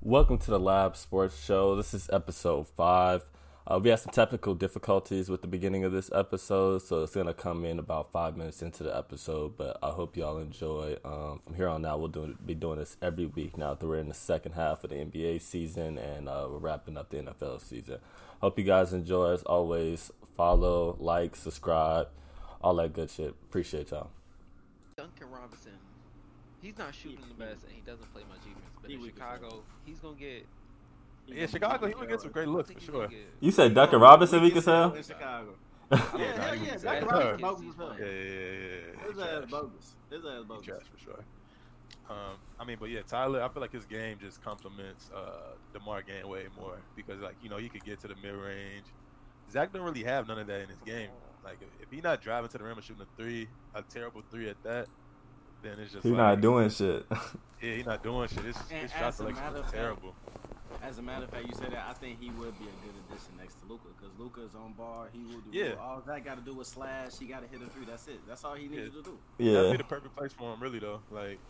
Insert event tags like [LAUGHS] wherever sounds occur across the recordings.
Welcome to the Lab Sports Show. This is episode five. Uh, we had some technical difficulties with the beginning of this episode, so it's gonna come in about five minutes into the episode. But I hope y'all enjoy. Um, from here on out, we'll do, be doing this every week now that we're in the second half of the NBA season and uh, we're wrapping up the NFL season. Hope you guys enjoy. As always, follow, like, subscribe, all that good shit. Appreciate y'all. Duncan Robinson, he's not shooting the best and he doesn't play much defense. But He in weak as Chicago, he's gonna get. Yeah, Chicago, he would get some great I looks think for he's gonna sure. get- You said Duncan Robinson weak as hell. [LAUGHS] in Chicago. Yeah, Yeah, hell yeah, Zach Zach Robinson. Robinson bogus. Yeah, man. yeah, His yeah, yeah. ass He trash. bogus. His ass He bogus. trash for sure. Um, I mean, but yeah, Tyler, I feel like his game just complements uh, DeMar game way more because, like, you know, he could get to the mid range. Zach don't really have none of that in his game. Like, if- if he not driving to the rim and shooting a three, a terrible three at that, then it's just He's like, not doing shit. [LAUGHS] Yeah, he's not doing shit. His, And his shot as a selection matter is of fact- terrible. As a matter of fact, you said that. I think he would be a good addition next to Luca because Luca is on bar. He will do. Yeah. All that got to do is slash. He got to hit a three. That's it. That's all he needs to Yeah. do. yeah. That'd be the perfect place for him, really, though. Like,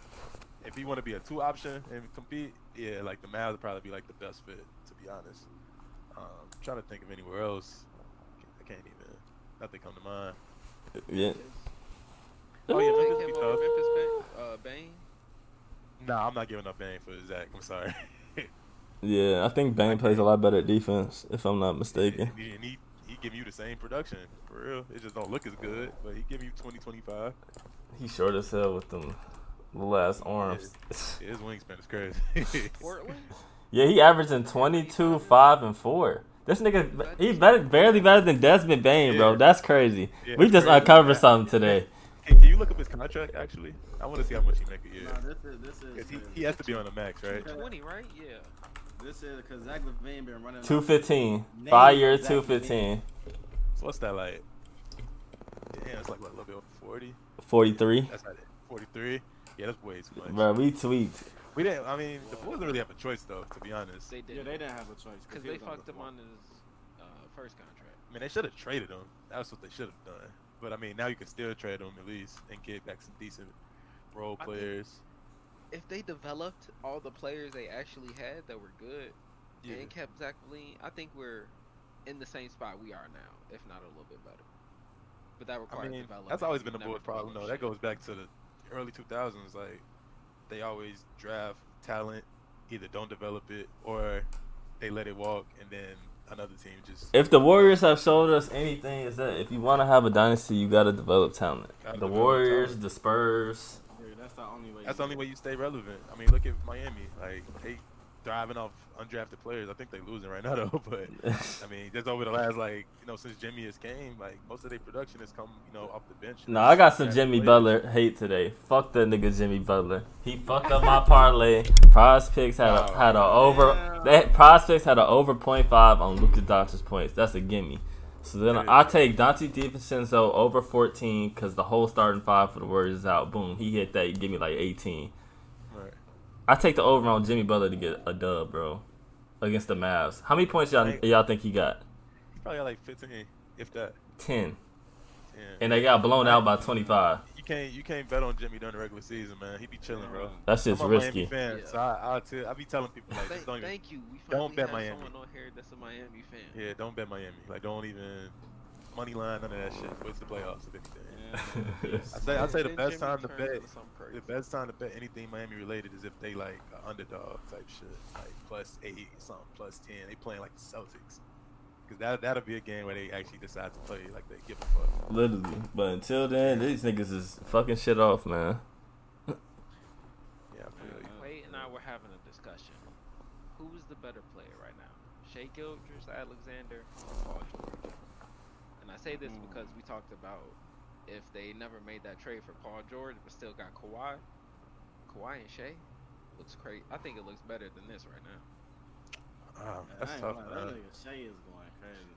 if you want to be a two option and compete, yeah, like the Mavs would probably be like the best fit, to be honest. Um, I'm trying to think of anywhere else. I can't even. Nothing come to mind. Yeah. Oh, yeah, Take [LAUGHS] Memphis him be over tough. Memphis Ba- uh, Bane. Nah, I'm not giving up Bane for Zach. I'm sorry. [LAUGHS] Yeah, I think Bane plays a lot better at defense, if I'm not mistaken. and he, and he he give you the same production for real. It just don't look as good, but he give you 20, 25. He's short as hell with them last arms. Yeah, his wingspan is crazy. [LAUGHS] Portland. yeah, he averaging 22, 5, and 4. This nigga, he better, barely better than Desmond Bain, bro. Yeah. That's crazy. Yeah, we just crazy. uncovered something today. hey, can you look up his contract? Actually, I want to see how much he make a year. No, this is this is 'Cause He, he has to be on the max, right? Twenty, right? Yeah. this is because Zach Levine been running. 215. Name Five year, exactly. 215. So what's that like? Damn, it's like what, a little bit over 40. 43. That's not it. 43. Yeah, that's way too much. Bro, we tweaked. We didn't. I mean, the boys didn't really have a choice though, to be honest. I They did. Yeah, they didn't have a choice Because he they was on fucked the him floor. on his uh, first contract. mean, they should have traded him. That's what they should have done. But I mean, now you can still trade him at least and get back some decent role I think- players. If they developed all the players they actually had that were good Yeah. and kept Zach Levine, I think we're in the same spot we are now, if not a little bit better. But that I requires mean, development. that's always and been a you boys' never problem though. develop That shit. goes back to the early 2000s. Like, they always draft talent, either don't develop it or they let it walk, and then another team just. If the Warriors have showed us anything, is that if you want to have a dynasty, you got to develop talent. Gotta The develop Warriors, talent. the Spurs. Yeah, that's the only way. That's you the only do it. way you stay relevant. I mean, look at Miami. Like they thriving off undrafted players. I think they're losing right now [LAUGHS] though. But I mean, just over the last like you know since Jimmy has came, like most of their production has come you know off the bench. No, I got some Undrafted Jimmy players. Butler hate today. Fuck that nigga Jimmy Butler. He fucked up my parlay. Prize picks had a, Oh, had a over. They, Prize picks had a over .5 on Luka Doncic's points. That's a gimme. So then That is- I take Dante DiVincenzo over 14 because the whole starting five for the Warriors is out. Boom, he hit that. He give me like 18. Right. I take the over on Jimmy Butler to get a dub, bro, against the Mavs. How many points y'all Hey. y'all think he got? He probably got like 15, if that. Ten, Yeah. and they got blown out by 25. You can't you can't bet on Jimmy during the regular season, man. He be chilling, bro. That shit's I'm a risky. Miami fan, Yeah. so I I, tell, I be telling people like Thank, just don't even, thank you. We don't finally bet have Miami. someone on here that's a Miami fan. yeah don't bet Miami. Like don't even money line none of that shit. Wait till the playoffs if anything. [LAUGHS] Yeah. [LAUGHS] I say I say the Then best Jimmy time to turns bet into something The crazy. best time to bet anything Miami related is if they like an underdog type shit, like plus eight, something plus ten. They playing like the Celtics, because that that'll be a game where they actually decide to play like they give a fuck. Literally. But until then, these niggas is fucking shit off, man. Yeah, I feel you. Clay and I were having a discussion. Who is the better player right now? Shea Gilders, Alexander, or Paul George? And I say this Hmm. Mm. because we talked about if they never made that trade for Paul George but still got Kawhi, Kawhi and Shea looks crazy. I think it looks better than this right [SIGHS] now. Um, I that's ain't tough. gonna lie, That Man. nigga Shea is going crazy.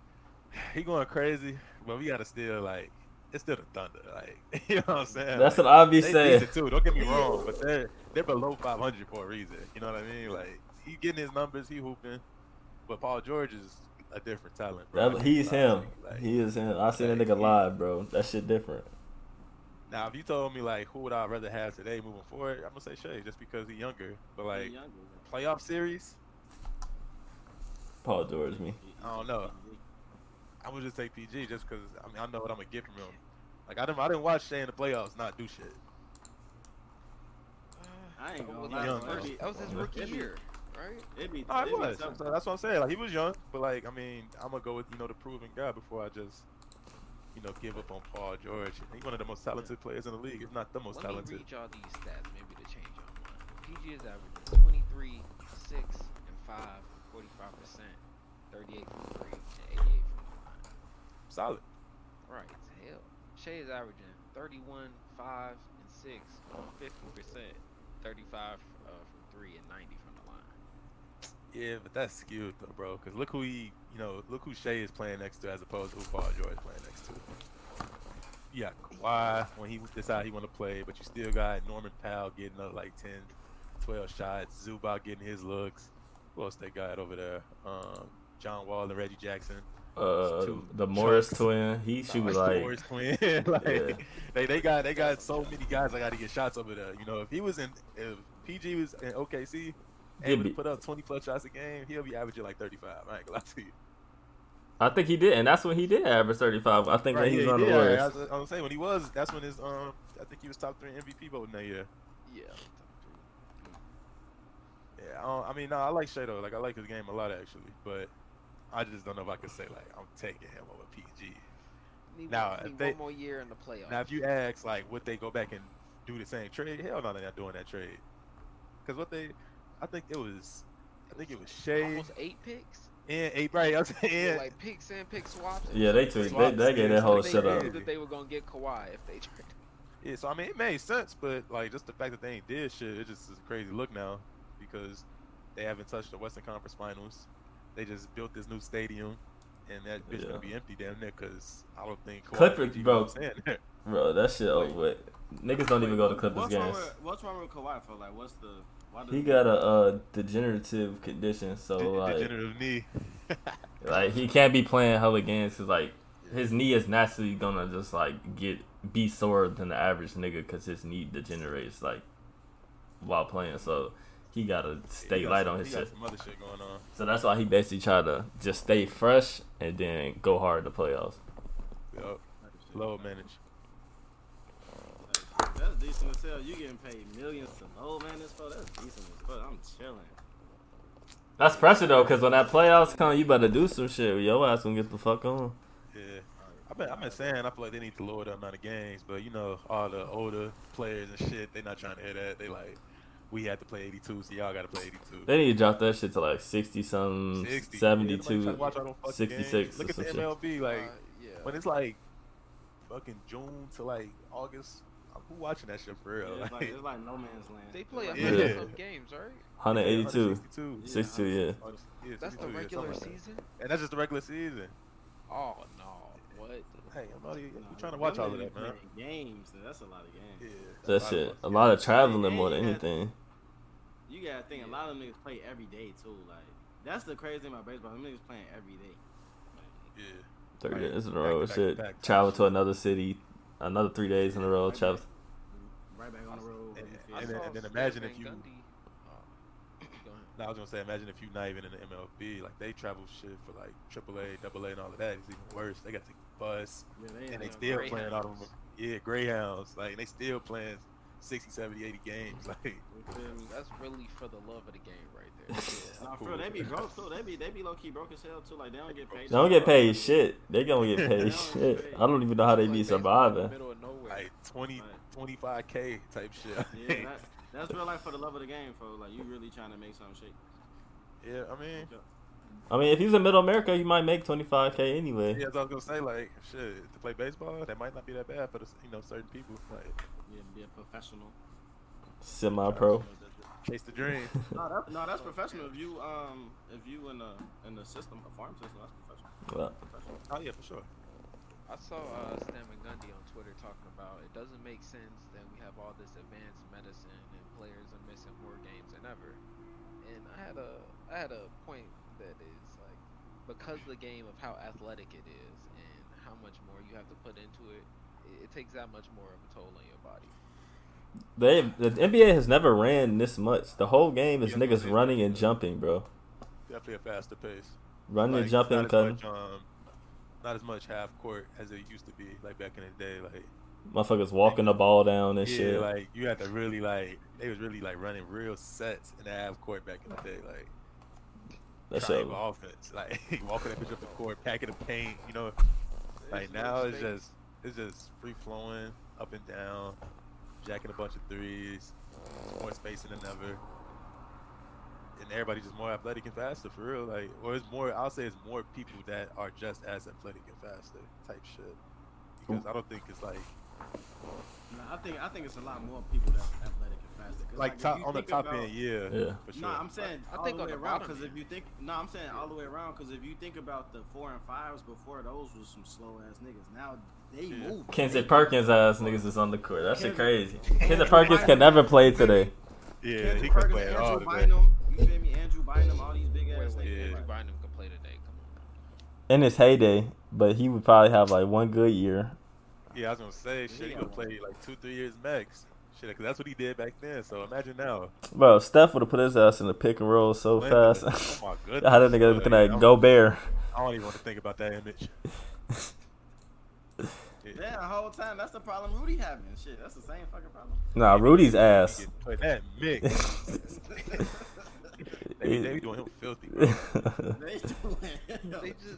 [LAUGHS] He going crazy, but we gotta still like it's still the Thunder. Like [LAUGHS] you know what I'm saying? That's what like, I be they saying. decent too. [LAUGHS] Don't get me wrong, but they're they're below 500 for a reason. You know what I mean? Like he getting his numbers, he hooping, but Paul George is a different talent. Bro. [LAUGHS] I That, can't he's lie. him. Like, He is him. I seen that like, nigga he- live, bro. That shit different. Now, if you told me like who would I rather have today moving forward, I'm gonna say Shay, just because he's younger. But He like younger, playoff series, Paul George me. I don't know. I would just take PG just because I mean I know what I'm gonna get from him. Like I didn't I didn't watch Shea in the playoffs not do shit. I ain't gonna Well, lie. young, bro. bro. It'd be- That was his rookie it'd be- year, right? It'd be, No, I it'd be was. tough. So that's what I'm saying. Like he was young, but like I mean, I'm gonna go with you know the proven guy before I just you know give up on Paul George. He's one of the most talented players in the league, if not the most Let me talented. read y'all these stats, maybe to change your mind. PG is averaging 23, 6, and 5, 45%, 38 from 3, and 88 from the Solid. line. Right, as hell. Shea is averaging 31, 5, and 6, 50%, 35 uh, from 3, and 90 from the line. Yeah, but that's skewed though, bro. Cause look who he, you know, look who Shea is playing next to, as opposed to who Paul George is playing next to. Yeah, Kawhi when he decide he want to play, but you still got Norman Powell getting up like 10, 12 shots. Zubac getting his looks. Who else they got over there? Um, John Wall and Reggie Jackson. Uh, two the Morris chunks. twin, he shoot Like, [LAUGHS] like Morris Quinn. [LAUGHS] like, Yeah. they, they got they got so many guys that got to get shots over there. You know, if he was in if PG was in OKC, He'd able to be- put up twenty plus shots a game, he'll be averaging like thirty five. I ain't gonna lie to you. I think he did, and that's when he did average thirty five. I think when he was on the yeah, Warriors. I was, I was saying when he was, that's when his um, I think he was top three MVP voting that year. Yeah. Yeah, I, don't, I mean, no, I like Shea though. Like I like his game a lot actually, but I just don't know if I could say like I'm taking him over PG. Need, Now, one, if need they- one more year in the playoffs. Now, if you ask, like, would they go back and do the same trade? Hell no, they're not doing that trade. Because what they, I think it was, I think it was Shea Almost eight picks? and eight, right? I'm saying, Yeah. Like pick and pick swaps. and Yeah, they stuff. tweaked- they- they gave that whole They shit up. knew That they were gonna get Kawhi if they [LAUGHS] traded. yeah, so I mean, it made sense, but like, just the fact that they ain't did shit, it just is a crazy look now because they haven't touched the Western Conference Finals. They just built this new stadium, and that bitch Yeah. gonna be empty down there because I don't think Kawhi Clippers, PG bro. gonna stand there. Bro, that shit over with. Niggas don't even go to Clippers what's wrong games. with- what's wrong with Kawhi for like? What's the? Why does He got a uh, degenerative condition, so [LAUGHS] De- like, [LAUGHS] degenerative knee. like he can't be playing hella games because like his knee is naturally gonna just like get be sore than the average nigga because his knee degenerates like while playing. So he gotta stay He got light some- on his he got shit. Some other shit going on. So that's why he basically tried to just stay fresh and then go hard in the playoffs. Yup. Load manage. Like, That's decent as hell. You getting paid millions to low man this for? That's decent as fuck. I'm chilling. That's pressure though, because when that playoffs come, you better do some shit. Your ass gonna get the fuck on. Yeah. I've been, I've been saying I feel like they need to lower the amount of games, but you know, all the older players and shit, they not trying to hear that. They like, we had to play 82, so y'all got to play 82. They need to drop that shit to like 60 something, 60. Yeah, nobody trying 72. to watch all them fucking 66 games. or Look at the some shit. MLB, like Uh, yeah. when it's like fucking June to like August. Who watching that shit for real? Yeah, it's, like, Like, it's like no man's land. they play It's a like- hundred Yeah. some games, right? 182. 162. 62, yeah. Yeah, That's the 62, yeah, regular something like that. season. and that's just the regular season. Oh no, what? Hey, I'm not even Nah, we trying to watch them all of niggas that, man. playing Games, though. that's a lot of games. Yeah, That that's shit. A why I- lot of traveling And more you than got- anything. You gotta think a lot of them niggas play every day too. Like that's the crazy thing about baseball. Them niggas playing every day. Like, Yeah. 30 Right. days in a row Back to and back to shit. back. Travel to another city, another three days in a row. right Travel. back- Right back on the road. And- the and field. saw then- then Stan imagine Van if you- Gundy- oh, go ahead. No, I was gonna say, imagine if you're not even in the MLB, like they travel shit for like AAA, AA, and all of that. It's even worse. They got to bus, Yeah, they and ain't they yeah, still playing all of them. Greyhounds. Yeah, Greyhounds, like and they still playing 60, 70, 80 games. [LAUGHS] Like, no- you feel me? That's really for the love of the game, right there. I'm Nah, for cool real, with they be it. broke too. They be they be low key broke as hell too. Like they don't get paid. They [LAUGHS] don't get paid Like, shit. They gonna get They paid don't get shit. paid. I don't even know how they Play be baseball in the surviving. Middle of nowhere. like 20, 25 k type shit. [LAUGHS] Yeah, that, that's real life for the love of the game, bro. Like you really trying to make something shake. yeah. I mean, I mean, if he's in Middle America, he might make 25k anyway. yeah, as I was gonna say, like, shit, to play baseball, that might not be that bad for the, you know certain people. Like, Yeah, be a professional. Semi-pro. chase the [LAUGHS] dream. No, that, no, that's professional. If you um, if you in a in the system, a farm system, that's professional. [LAUGHS] Well, oh yeah, for sure. I saw uh, Stan Gundy on Twitter talking about it doesn't make sense that we have all this advanced medicine and players are missing more games than ever. And I had a I had a point that is like because the game of how athletic it is and how much more you have to put into it, it, it takes that much more of a toll on your body. They the NBA has never ran this much. The whole game is Yeah, niggas they- running and jumping, bro. Definitely a faster pace. Running Like, and jumping, not as cutting. much, um, not as much half court as it used to be, like back in the day. Like Motherfuckers walking the ball down and yeah, shit. like you had to really like they was really like running real sets in the half court back in the day, like That's it. triangle offense, [LAUGHS] like walking that bitch up the court, packing the paint. You know, like There's no now it's space. just it's just free flowing, up and down, jacking a bunch of threes, it's more spacing than ever, and everybody's just more athletic and faster for real. Like, or it's more. I'll say it's more people that are just as athletic and faster type shit. Because I don't think it's like Nah, I think I think it's a lot more people that's athletic and faster. 'Cause, like if top you on the think top about- end, yeah, Yeah. for sure. No, I'm saying I all think the on way the around bottom because if end. you think no, I'm saying all the way around because if you think about the four and fives before those was some slow ass niggas. Now they Yeah. move. Kendrick Perkins ass niggas is on the court. That shit Kendrick- crazy. Kendrick Perkins [LAUGHS] can never play today. yeah, he Kendrick could Perkins, play it all Andrew today. Bynum, you feel me? Andrew Bynum, all these big Wait, ass wait, niggas. yeah. Andrew like- Bynum can play today. Come on. [LAUGHS] In his heyday, but he would probably have like one good year. Yeah, I was gonna say shit. He got could one. play like two, three years max. Shit, 'cause that's what he did back then. So imagine now. Bro, Steph would have put his ass in the pick and roll so Wait a minute. fast. [LAUGHS] Oh my goodness. How that nigga Uh, looking yeah, at Gobert? I don't even want to think about [LAUGHS] that image. Yeah, Yeah, the whole time that's the problem Rudy having. Shit, that's the same fucking problem. [LAUGHS] Nah, Rudy's he ass. can play that [LAUGHS] mix. They, be- they be doing him [LAUGHS] filthy. Bro. they doing. They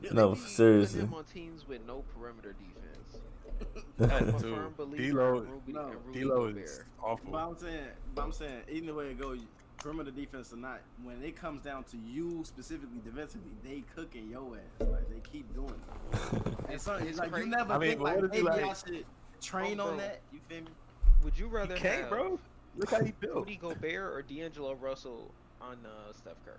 just, No, they be seriously. Putting him on teams with no perimeter defense. That I'm a too. firm believer in D'Lo, Ruby, No. in Rudy D'Lo Gobert. is awful. But I'm saying, but I'm saying, either way it goes, perimeter defense or not, when it comes down to you specifically defensively, they cooking your ass. Like they keep doing it. And so it's it's like crazy. you never I mean, think but what like if maybe you I like- should train Oh, on bro. that. You feel me? Would you rather can't, have bro. Look how he [LAUGHS] built. Rudy Gobert or D'Angelo Russell on uh, Steph Curry?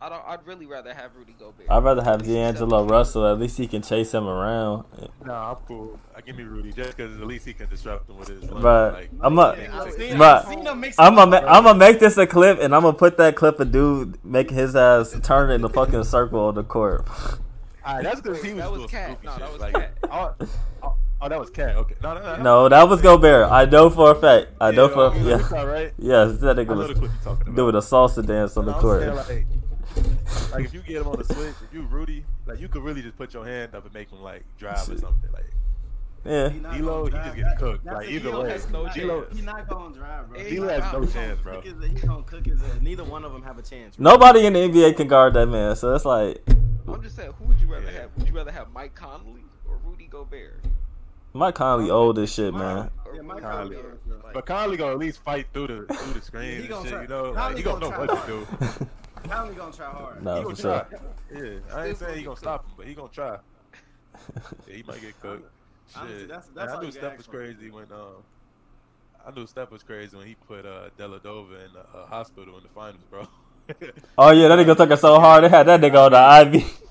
I don't. I'd really rather have Rudy Gobert. I'd rather [LAUGHS] have At least he's D'Angelo up- Russell. At least he can chase him around. Nah, I'm cool. I give me Rudy just because at least he can disrupt him with his. Bruh. But like, I'm a- Like, I've seen- bruh. I've seen them mix I'm it up. gonna I'm gonna make this a clip, and I'm gonna put that clip of dude making his ass turn in the fucking circle on the court. [LAUGHS] Alright, that's because he Wait, was that was doing Cat. goofy No, shit. that was like, Cat. Oh, oh, oh, that was cat. Okay, no, no, no. No, that was Gobert. I know for a fact. I know for yeah. yeah, It's all right. yes, that I nigga know the was clip you're talking about. doing a salsa dance on the No, I'm court. saying, Like, like, if you get him on [LAUGHS] the switch, if you Rudy, like you could really just put your hand up and make him like drive or Shit. something. Like Yeah, He not gonna D'Lo, he drive. just getting cooked. that's Like, the- either D'Lo way, has no D'Lo- chance. He not gonna drive, bro. Hey, He D'Lo has wow. no chance, bro. gonna cook his- He gonna cook his ass. Neither one of them have a chance. bro. nobody in the NBA can guard that man. So it's like I'm just saying, who would you rather Yeah. have? Would you rather have Mike Conley or Rudy Gobert? Mike Conley old as shit, man. [LAUGHS] Or Yeah, Mike Rudy Conley. Gobert? Like, But Conley gonna at least fight through the through the screen He and gonna shit. try- You know, like, Conley he gonna know gonna try what to do. Now he gonna try hard. Nah, He for gonna sure. try. Yeah, I ain't saying he gonna stop him, but he gonna [LAUGHS] try. Yeah, he might get cooked. Honestly, Shit. that's- that's Man, all I knew you can Steph ask was for. crazy when um, I knew Steph was crazy when he put uh Deladova in the uh, hospital in the finals, bro. [LAUGHS] Oh yeah, that nigga took it so hard. They had that nigga on the IV.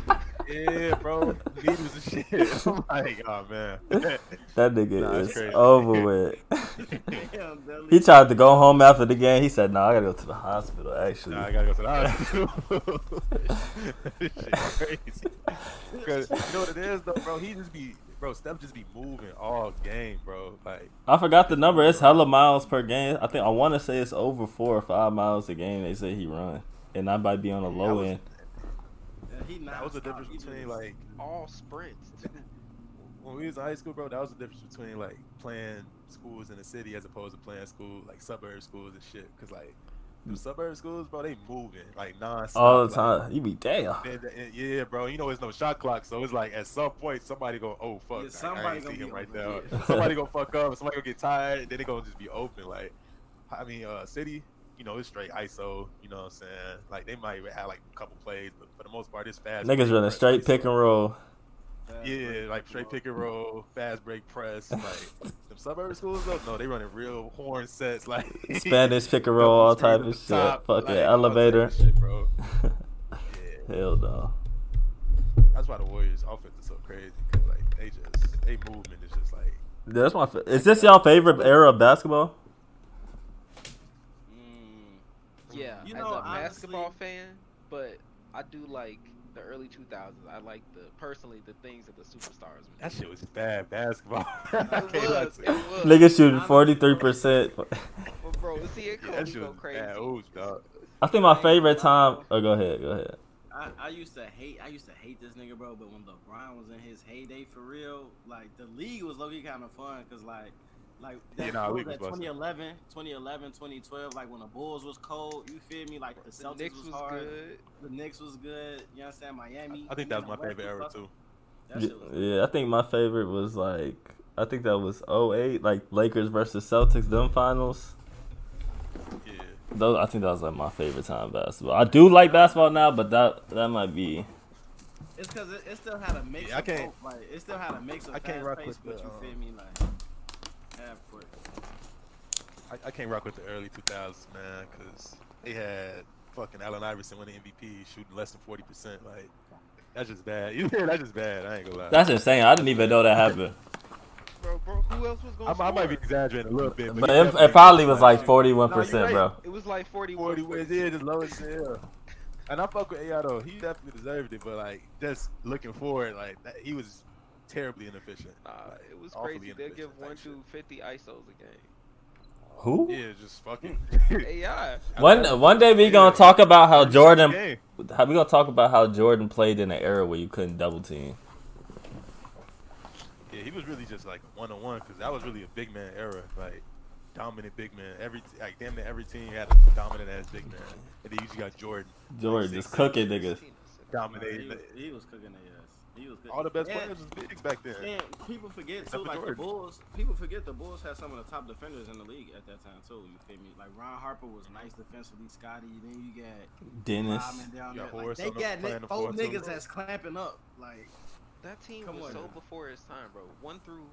[LAUGHS] yeah, bro, needles and shit. [LAUGHS] I'm like, oh man. [LAUGHS] That nigga Nah, it's is crazy. over with. [LAUGHS] [LAUGHS] Damn, Dudley. he tried to go home after the game. He said, "No, I gotta go to the hospital." Actually, nah, I gotta go to the hospital. [LAUGHS] This shit [LAUGHS] crazy. 'Cause you know what it is though, bro. He just be, bro. Steph just be moving all game, bro. Like, I forgot the number. It's hella miles per game. I think I want to say it's over four or five miles a game. They say he run, and I might be on the that low was- end. Yeah, he that was the nonstop. difference He do between this. like all [LAUGHS] sprints. too. when we was in high school, bro, that was the difference between like playing schools in the city as opposed to playing school like suburb schools and shit. Cause like the suburb schools, bro, they moving like nonstop Mm. all the like, time. You be damn. and- and- yeah, bro. You know, it's no shot clock, so it's like at some point somebody go, oh fuck, Yeah, somebody I somebody ain't gonna see him be right now. open, [LAUGHS] somebody gonna fuck up. Somebody gonna get tired. And then they gonna just be open. Like, I mean, uh, city, you know, it's straight ISO. You know what I'm saying? Like they might have like a couple plays, but for the most part, it's fast. break Niggas running press, straight ISO. pick and roll. Fast Yeah, break, like straight pick and roll, fast break [LAUGHS] press. Like them suburb schools though, no, they running real horn sets. [LAUGHS] Like Spanish pick and roll, all type [LAUGHS] of shit. Fucking Fucking elevator. [LAUGHS] shit, bro. Yeah. Hell no. That's why the Warriors' offense is so crazy. 'cause, like they just they movement is just like That's my. Fa- is this y'all favorite era of basketball? Mm. Yeah, You as know, a basketball honestly- fan, but I do like the early 2000s. I like the personally the things that the superstars. would that do. shit was bad basketball. [LAUGHS] I can't It lie was, to it you. was. Niggas shooting forty three percent. But bro, see it Yeah, yeah, that go shit was crazy. bad ooze, dog. I think my favorite time. Oh, go ahead. Go ahead. I, I, I used to hate I used to hate this nigga, bro. But when LeBron was in his heyday for real, like the league was looking kind of fun because like like that, Yeah, nah, what was league was that busted. 2011, 2011, 2012, like when the Bulls was cold, you feel me? Like the The Celtics Knicks was, was hard, good. the Knicks was good. You understand? Miami. I think you that was know, my West favorite era was too. busted. That shit was yeah, I think my favorite was like I think that was 08, like Lakers versus Celtics, them finals. Yeah. Those I think that was like my favorite time basketball. I do like basketball now, but that that might be It's because it, it still had a mix. Yeah, I of can't- both, Like it still had a mix of I fast can't rock pace, with but the, you um, feel me? Like half court. I, I can't rock with the early 2000s, man, because they had fucking Allen Iverson winning MVP, shooting less than 40%. Like, that's just bad. [LAUGHS] You that's just bad. I ain't gonna lie. that's insane. I didn't even know that happened. Bro, bro, who else was I, going to I might be exaggerating a little bit, but, But he it, definitely it probably was like forty one No, percent, you're right. bro. It was like 41. 40 wins. Yeah, just low as hell. And I fuck with AI though. He definitely deserved it, but like, just looking forward, like, that, he was terribly inefficient. Nah, it was Awfully crazy. They give inefficient, one that shit. to 50 ISOs a Who? Yeah, just [LAUGHS] fucking. [LAUGHS] game. AI. One one day we gonna Yeah. talk about how Jordan Game. how we gonna talk about how Jordan played in an era where you couldn't double team. Yeah, he was really just like one on one because that was really a big man era, like dominant big man. Every like damn near every team had a dominant ass big man, and then you just got Jordan Jordan just cooking niggas. dominating. Nah, he, was, he was cooking their ass. He was cooking. All the best and, players was bigs back then. And people forget too, Except for like the Jordan. Bulls. People forget the Bulls had some of the top defenders in the league at that time too. You feel me? Like Ron Harper was nice defensively. Scotty. Then you got Dennis. Rodman down You there. Like, got Horace they on the- got playing ni- the four four, too. niggas that's clamping up. Like That team Come was on so now. before its time, bro. One through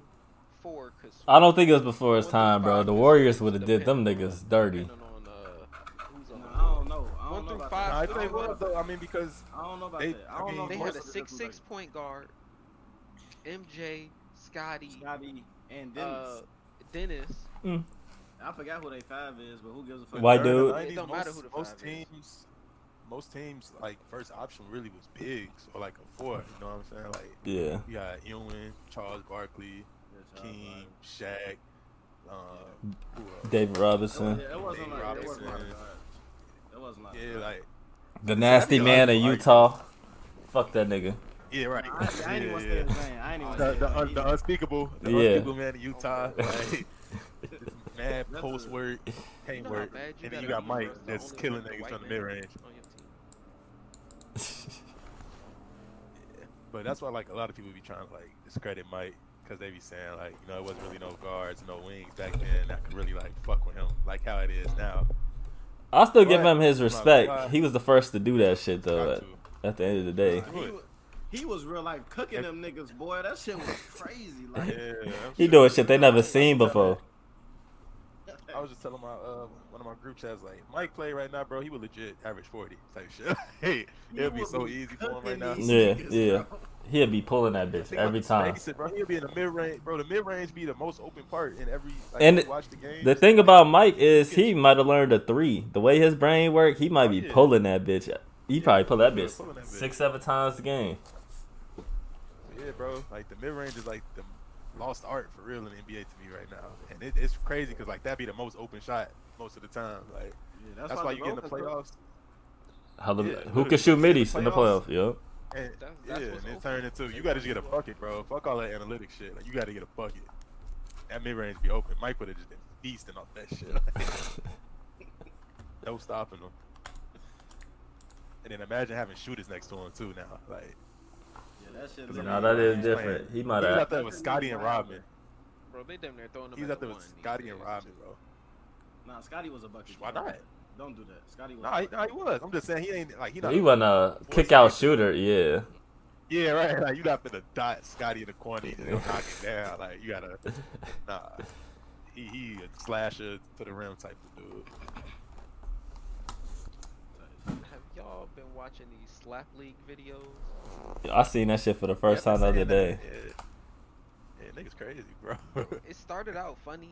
four could. I don't think it was before his time, bro. The Warriors would have did them niggas dirty. Depending on, uh, who's on no, the I don't know. I One don't know through about Nah, five that. I I still think it don't know was about though. I mean, because I don't know about They- that. I I don't mean, know. They most had a of the different six-six players. point guard, MJ, Scotty, Scotty and Dennis. uh, Dennis. I forgot who they five is, but who gives a fuck? Why during the dude? 90s, It don't matter who the most five is. teams, most teams like first option really was bigs or like a four. You know what I'm saying? Like Yeah. you got Ewing, Charles Barkley, King, Shaq, um, who else? David It wa- Robinson. yeah, it wasn't Nate like it wasn't like Robinson. that. It wasn't like Yeah, that. like The nasty man in Utah. Fuck that nigga. [LAUGHS] yeah, right. I, I ain't even want to say Yeah, his name. I ain't even The, want to the, say his un, name. the unspeakable, the Yeah. unspeakable man [LAUGHS] in Utah, like, mad That's post a- work, You paint know how work, bad and then gotta you got be Mike versus the that's only killing one niggas white from the man mid range. on your team. But that's why like a lot of people be trying to like discredit Mike because they be saying like you know it wasn't really no guards, no wings back then that could really like fuck with him like how it is now. I still give But- him his respect. He was the first to do that shit Got though. At, to. at the end of the day, Nah, He, wa- he was real life cooking them niggas, boy. That shit was [LAUGHS] crazy. Like Yeah, I'm he sure. doing shit they never seen before. I [LAUGHS] was just telling my uh, one of my group chats like Mike play right now, bro. He would legit average forty type shit. [LAUGHS] hey, he it'd be was so easy for him right cooking now. these Yeah, niggas, yeah. bro. He'd be pulling that bitch Think about every the time. space, bro. He'll be in the mid range, bro. The mid range be the most open part in every. Like, And you the- watch the game. The thing about Mike is he might have learned a three. The way his brain work, he might be Yeah. pulling that bitch. He probably pull that he bitch was pulling that bitch. six, seven times a game. yeah, bro, like the mid range is like the lost art for real in the NBA to me right now, and it, it's crazy because like that be the most open shot most of the time. Like Yeah, that's, why, you get in the Rockets, bro. playoffs, How the, Yeah, who can literally. shoot In the middies in the playoffs. playoff? Yep. and That's- yeah, that's and what's it open. turned into you got to just get a bucket, bro. Fuck all that analytic shit. Like you got to get a bucket. That mid range be open. Mike would have just been feasting off that shit. [LAUGHS] no stopping him. And then imagine having shooters next to him too now. Like Yeah, that shit. [LAUGHS] Nah, lit. No, that is different. He might He's out have. there with Scotty and Robin. Bro, they damn near throwing them. He's at out the there with one these Scotty and days, Robin, too. bro. Nah, Scotty was a bucket. Why getter. not? Don't do that. Scotty was. Nah, he, nah, he was. I'm just saying he ain't like he not. He wasn't a Boy, kick out Scotty- shooter. Yeah. [LAUGHS] Yeah, right. [LAUGHS] Like you got to dot Scotty in the corner, you know, knock it down. Like you gotta. Nah, he he a slasher to the rim type of dude. Have y'all been watching these slap league videos? I seen that shit for the first Yeah, time the I'm other just saying day. that, Yeah, yeah niggas crazy, bro. [LAUGHS] It started out funny,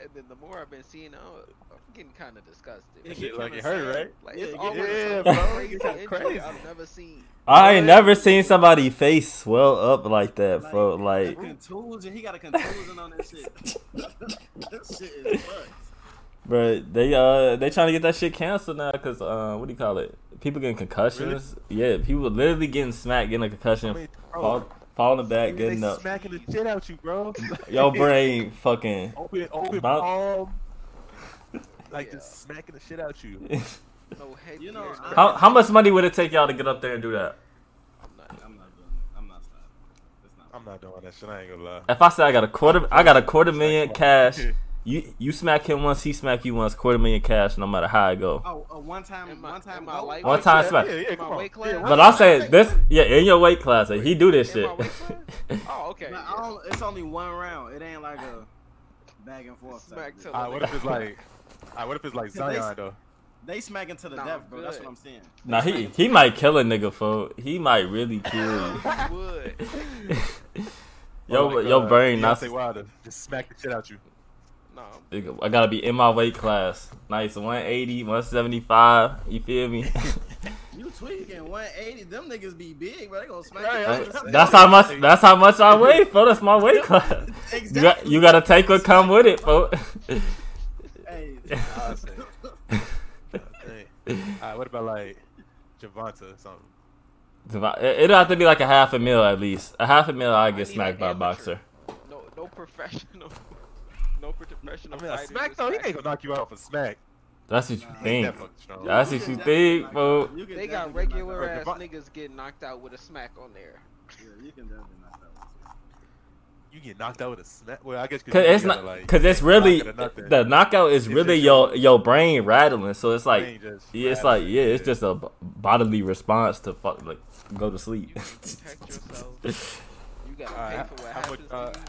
and then the more I've been seeing, it, I'm, I'm getting kind of disgusted. It It's get like kinda it hurt, sad. right? Like Yeah, it's it get- always yeah, some bro, crazy it got injury crazy. I've never seen. I ain't never seen somebody face swell up like that, Like, bro. the Like [LAUGHS] contusion. He got a contusion on that shit. that shit is fucked. Bro, they uh they trying to get that shit canceled now because uh what do you call it? People getting concussions. Yeah, people literally getting smacked, getting a concussion, I mean, bro, fall, falling back, they getting up. smacking the shit out you, bro. [LAUGHS] [LAUGHS] [LAUGHS] Yo, brain, fucking. [LAUGHS] open, open Bout- palm. [LAUGHS] Like Yeah. just smacking the shit out you. No head. You know, I- how how much money would it take y'all to get up there and do that? I'm not doing it. I'm not stopping. That's not. I'm not doing that shit. I ain't gonna lie. If I say I got a quarter, I got a quarter [LAUGHS] million [LAUGHS] cash. You you smack him once, he smack you once. Quarter million cash, no matter how it go. Oh, uh, one time, Am I- one time, am I go? like- One time yeah, smack. Yeah, yeah, come My on. weight class? Yeah, But I'm saying this, yeah, in your weight class, like, he do this In shit. my weight class? [LAUGHS] Oh, okay. But I yeah. don't, it's only one round. It ain't like a back and forth. Smack type till- deal. Alright, ah, what if it's like, alright, what if [LAUGHS] it's like Cause they- Zion though? They smacking to the Nah, death, bro. That's good. what I'm saying. [LAUGHS] nah, he he might kill a nigga for. He might really kill [LAUGHS] you. You would. [LAUGHS] Oh yo, but yo, brain, not. say Wilder. Just smack the shit out you. No. Nigga, I gotta be in my weight class. Nice, 180, 175. You feel [LAUGHS] me? You tweaking 180? Them niggas be big, bro. They gonna smack. Right. you Like, to the that's [LAUGHS] death. how much. That's how much I weigh, bro. That's my weight [LAUGHS] class. You got Exactly. you gotta take what come with it, bro. [LAUGHS] Hey, I say. [LAUGHS] Alright, what about like Javante or something? It'll have to be like a half a meal at least. A half a meal, I need, get like, smacked by a amateur. boxer. No. No professional. [LAUGHS] No I professional. mean, a fighters smack is though, he ain't smacking. gonna knock you out for smack. That's what you Nah. think. That fucking strong. Yeah. That's you what can you definitely think, knock bro. out- you can They got definitely knock out- regular ass Devon- niggas getting knocked out with a smack on there. Yeah, you can definitely knock out. You get knocked out with a smack. Well, I guess Cause it's not. Cause it's really knock it or nothing. the knockout is It's really just- your your brain rattling. So it's like ain't just yeah, it's rapping, like yeah, it's just a b- bodily response to fuck like go to [LAUGHS] You sleep. can protect yourself. You gotta Uh, pay for what how much, happens uh, to you.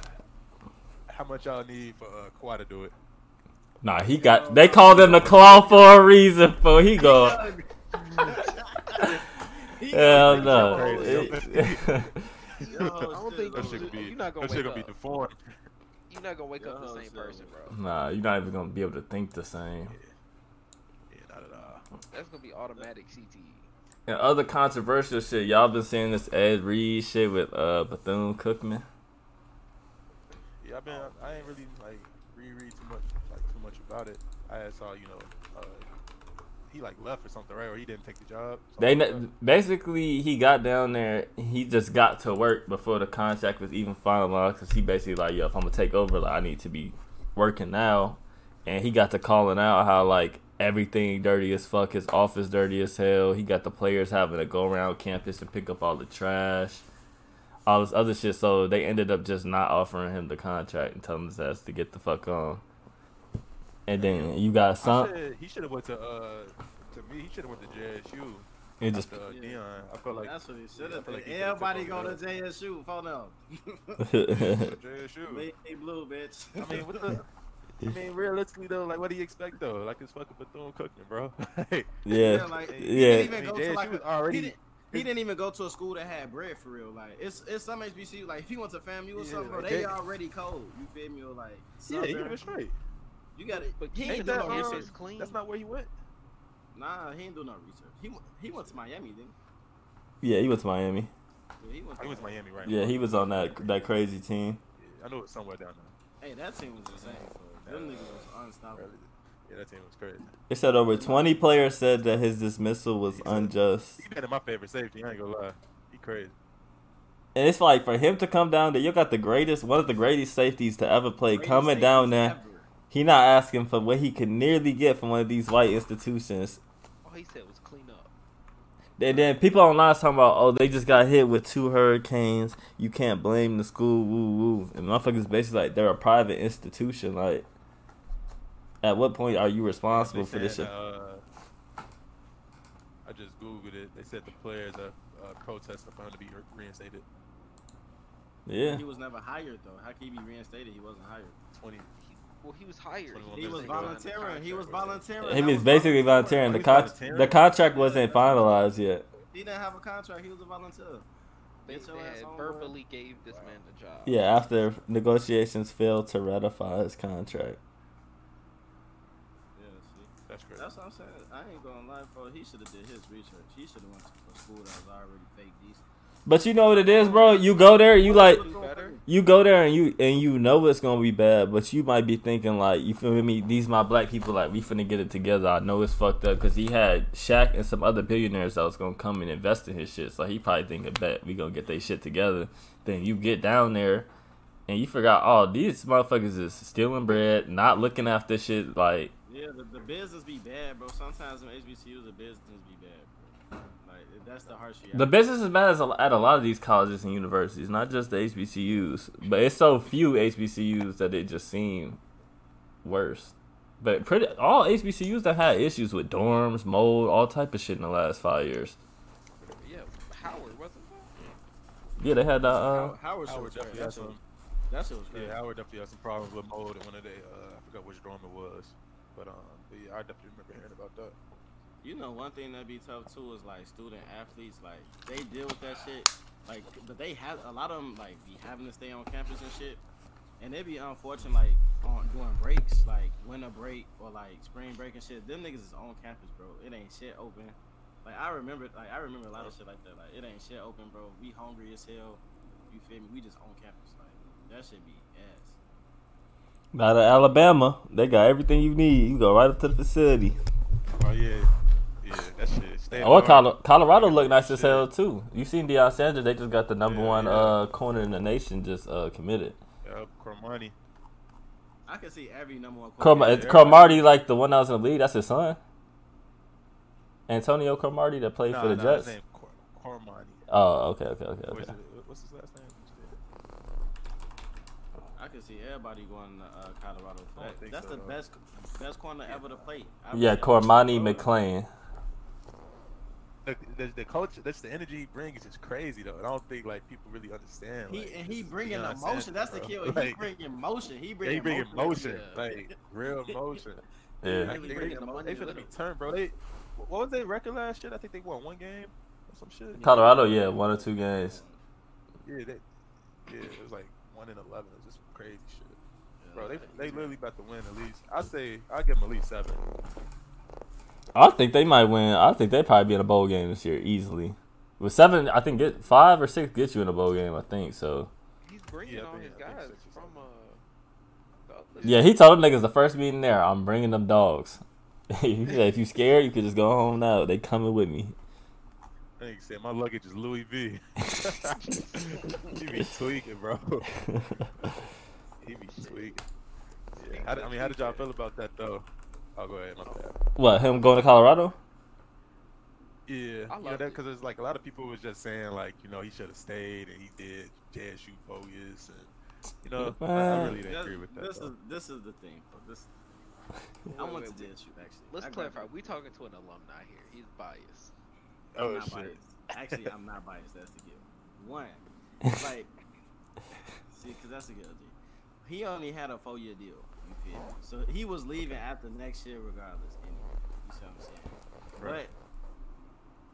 How much y'all need for uh, Kawhi to do it? Nah, he got. They called him the claw for a reason. For he go. [LAUGHS] uh, He [LAUGHS] Hell gonna no. take your Crazy. It- [LAUGHS] No, I don't think That That shit shit gonna could be. be- You're not gonna That that shit wake shit gonna gonna be be up. deformed. You're not gonna wake up Yo, the same so- person, bro. [LAUGHS] nah, you're not even gonna be able to think the same. Yeah, not at all. That's gonna be automatic E. CTE. And other controversial shit, y'all been seeing this Ed Reed shit with uh Bethune Cookman. Yeah, I've been. I ain't really like reread too much, like too much about it. I saw, you know, uh, he like left or something, right? Or he didn't take the job. They something like ne- basically he got down there. He just got to work before the contract was even finalized because he basically like, yo, if I'm gonna take over, like I need to be working now. And he got to calling out how like everything dirty as fuck, his office dirty as hell. He got the players having to go around campus and pick up all the trash, all this other shit. So they ended up just not offering him the contract and telling his ass to get the fuck on. And then you got that. I some. shoulda- he should have went to. Uh, to me, he should have went to JSU. It just [LAUGHS] after, uh, Yeah. Dion. I felt like That's what he should Yeah, I have. feel like he could've Everybody took all go to that. JSU. Phone up. [LAUGHS] JSU. [LAUGHS] They blue, bitch. I mean, what [LAUGHS] the? I mean, realistically though, like, what do you expect though? Like, it's fucking Bethune Cookman, bro. [LAUGHS] Like, yeah. [LAUGHS] like, he Yeah. didn't even I mean, go JSU to like was a- already- He didn't, he didn't even go to a school that had bread for real. Like it's it's some HBCU. Like if he went to FAMU or Yeah, something, bro, like they that- already cold. You feel me? Or like yeah, he Southern. was straight. You got it. But He keep ain't it do that no on hard. research. campus clean. That's not where he went. Nah, he ain't do no research. He went- he went to Miami, didn't Yeah, he went to Miami. he? Yeah, he went. He went to Miami, right? Yeah, he was on that that crazy team. Yeah, I know it's somewhere down there. Hey, that team was insane. bro. Them niggas was Oh. unstoppable. Yeah, that team was crazy. It said over 20 players said that his dismissal was unjust. He better my favorite safety. I ain't gonna lie. He crazy. And it's like for him to come down there, you got the greatest, one of the greatest safeties to ever play Greatest coming down safeties there. ever. He not asking for what he could nearly get from one of these white institutions. All he said was clean up. And then people online talking about, oh, they just got hit with two hurricanes. You can't blame the school. Woo woo. And motherfuckers basically like they're a private institution. Like, at what point are you responsible for They this said, shit? Uh, I just googled it. They said the players are uh, protesting for him to be re- reinstated. Yeah. He was never hired though. How can he be reinstated? He wasn't hired. Twenty. He, well, he was hired. Twenty-one He minutes was ago. volunteering. He was volunteering. He That was basically volunteering. The con- the contract wasn't finalized yet. He didn't have a contract. He was a volunteer. They, Get your they ass had on, bro. verbally gave this man the job. Yeah, after negotiations failed to ratify his contract. Yeah, see. That's crazy. That's what I'm saying. I ain't gonna lie, bro. He should have did his research. He should have went to a school that was already fake decent. But you know what it is, bro. You go there, you like, better. you go there and you and you know it's gonna be bad, but you might be thinking like, you feel me? These my black people, like we finna get it together. I know it's fucked up because he had Shaq and some other billionaires that was gonna come and invest in his shit. So he probably thinking, bet we gonna get they shit together. Then you get down there and you forgot, oh, these motherfuckers is stealing bread, not looking after shit. Like, Yeah, the, the business be bad, bro. Sometimes in HBCUs, the business be bad, bro. Like that's the harsh reality. The business is bad as a, at a lot of these colleges and universities, not just the HBCUs. But it's so few HBCUs that it just seem worse. But pretty all HBCUs that had issues with dorms, mold, all type of shit in the last five years. Yeah, Howard wasn't that? Yeah, they had that. Uh, How- Howard, Howard Howard definitely That had shit was, some. that shit was crazy. Yeah, Howard definitely had some problems with mold in one of the. Uh, I forgot which dorm it was, but um, but yeah, I definitely remember hearing about that. You know, one thing that be tough too is like student athletes, like they deal with that shit, like but they have a lot of them like be having to stay on campus and shit, and they be unfortunate like on doing breaks, like winter break or like spring break and shit. Them niggas is on campus, bro. It ain't shit open. Like I remember, like I remember a lot of shit like that. Like it ain't shit open, bro. We hungry as hell. You feel me? We just on campus, like that shit be ass. out of Alabama, they got everything you need. You go right up to the facility. Oh yeah, yeah, that shit. Stay Or dorm. Colo- Colorado look nice as Shit. hell too. You seen Deion Sanders? They just got the number Yeah, one yeah. uh, corner in the nation just uh, committed. Yup, Cormani. I can see every number one. Crom- quarterback. it's uh, Cromartie, like the one that was in the league, that's his son. Antonio Cromartie that played Nah, for the nah, Jets. His name Cor- Cormani. Oh, okay, okay, okay, What's okay. his- uh, What's his last name? I can see everybody going to uh, Colorado for I don't that. think That's so, the though. best best corner ever to play. I Yeah, would say- Cormani McLean. The, the, the culture, that's the energy he brings is crazy though. And I don't think like people really understand. He like, and this he is bringing Deion emotion. Sanders, That's the bro. [LAUGHS] key. he Like, bringing motion. He yeah, bringing he bringing motion. motion, Yeah. like real motion. Yeah. Like, Really they, bringing they, the money they with finna be them. turned, bro. They what was their record last year? I think they won one game or some shit. Colorado, yeah, one or two games. Yeah, they, yeah, it was like one and eleven. It was just some crazy shit, bro. They they literally about to win at least. I say I give them at least seven. I think they might win. I think they probably be in a bowl game this year easily. With seven, I think get five or six gets you in a bowl game. I think so. He's bringing Yeah, I all think- his I think guys six or from uh. the other- Yeah, he told them niggas the first meeting there, I'm bringing them dogs. [LAUGHS] he said, if you scared, you could just go home now. They coming with me. [LAUGHS] I think he said my luggage is Louis V. [LAUGHS] he be tweaking, bro. He be tweaking. Yeah. How, did- I mean, how did y'all feel about that though? Oh, go ahead. My bad. what him going to Colorado? Yeah, I I loved that it. because it's like a lot of people was just saying like you know he should have stayed and he did JSU bogus and you know I- I, Man. really didn't That's- agree with that. This though. is this is the thing. Bro. This I Wait, want wait, to wait. dance you actually. Let's I clarify. graduated. We talking to an alumni here. He's biased. I'm oh not shit. biased. Actually, I'm not biased. That's the gift. [LAUGHS] One, like, see, because that's the gift. He only had a four year deal. You feel me? So he was leaving after next year, regardless. Anyway, you see what I'm saying? Right.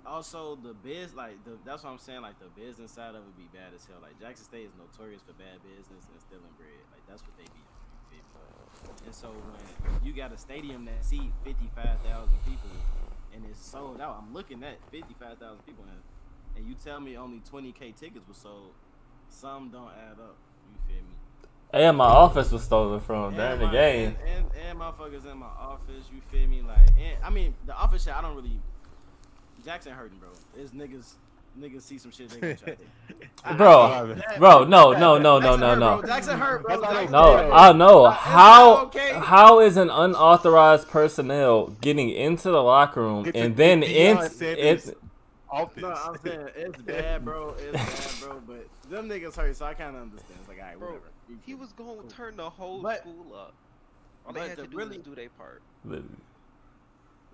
But also the biz, like the, that's what I'm saying. Like the business side of it be bad as hell. Like Jackson State is notorious for bad business and stealing bread. Like that's what they be. you feel me? And so when you got a stadium that seat fifty five thousand people and it's sold out, I'm looking at fifty five thousand people in, it, and you tell me only twenty k tickets were sold. Some don't add up. You feel me? And my office was stolen from And during the my- game. And, and, and motherfuckers in my office, you feel me? Like, and, I mean, the office shit, I don't really. Jackson hurting, bro. Is niggas, niggas see some shit they gonna try to. I- I- Bro, that- Bro, no, [LAUGHS] no, no, no, Jackson no, hurt, no. bro. Jackson hurt, bro. That's not Jackson No, hurt. I know Uh, it's how. not okay. How is an unauthorized personnel getting into the locker room It's a- and then in, Deion Sanders. in- [LAUGHS] Office. No, I'm [LAUGHS] saying it's bad, bro. It's bad, bro. But them niggas hurt, so I kind of understand. It's like, all right, Bro, whatever. You He feel me? was going Cool. to turn the whole But- school up. All they but had the to do really- was do their part.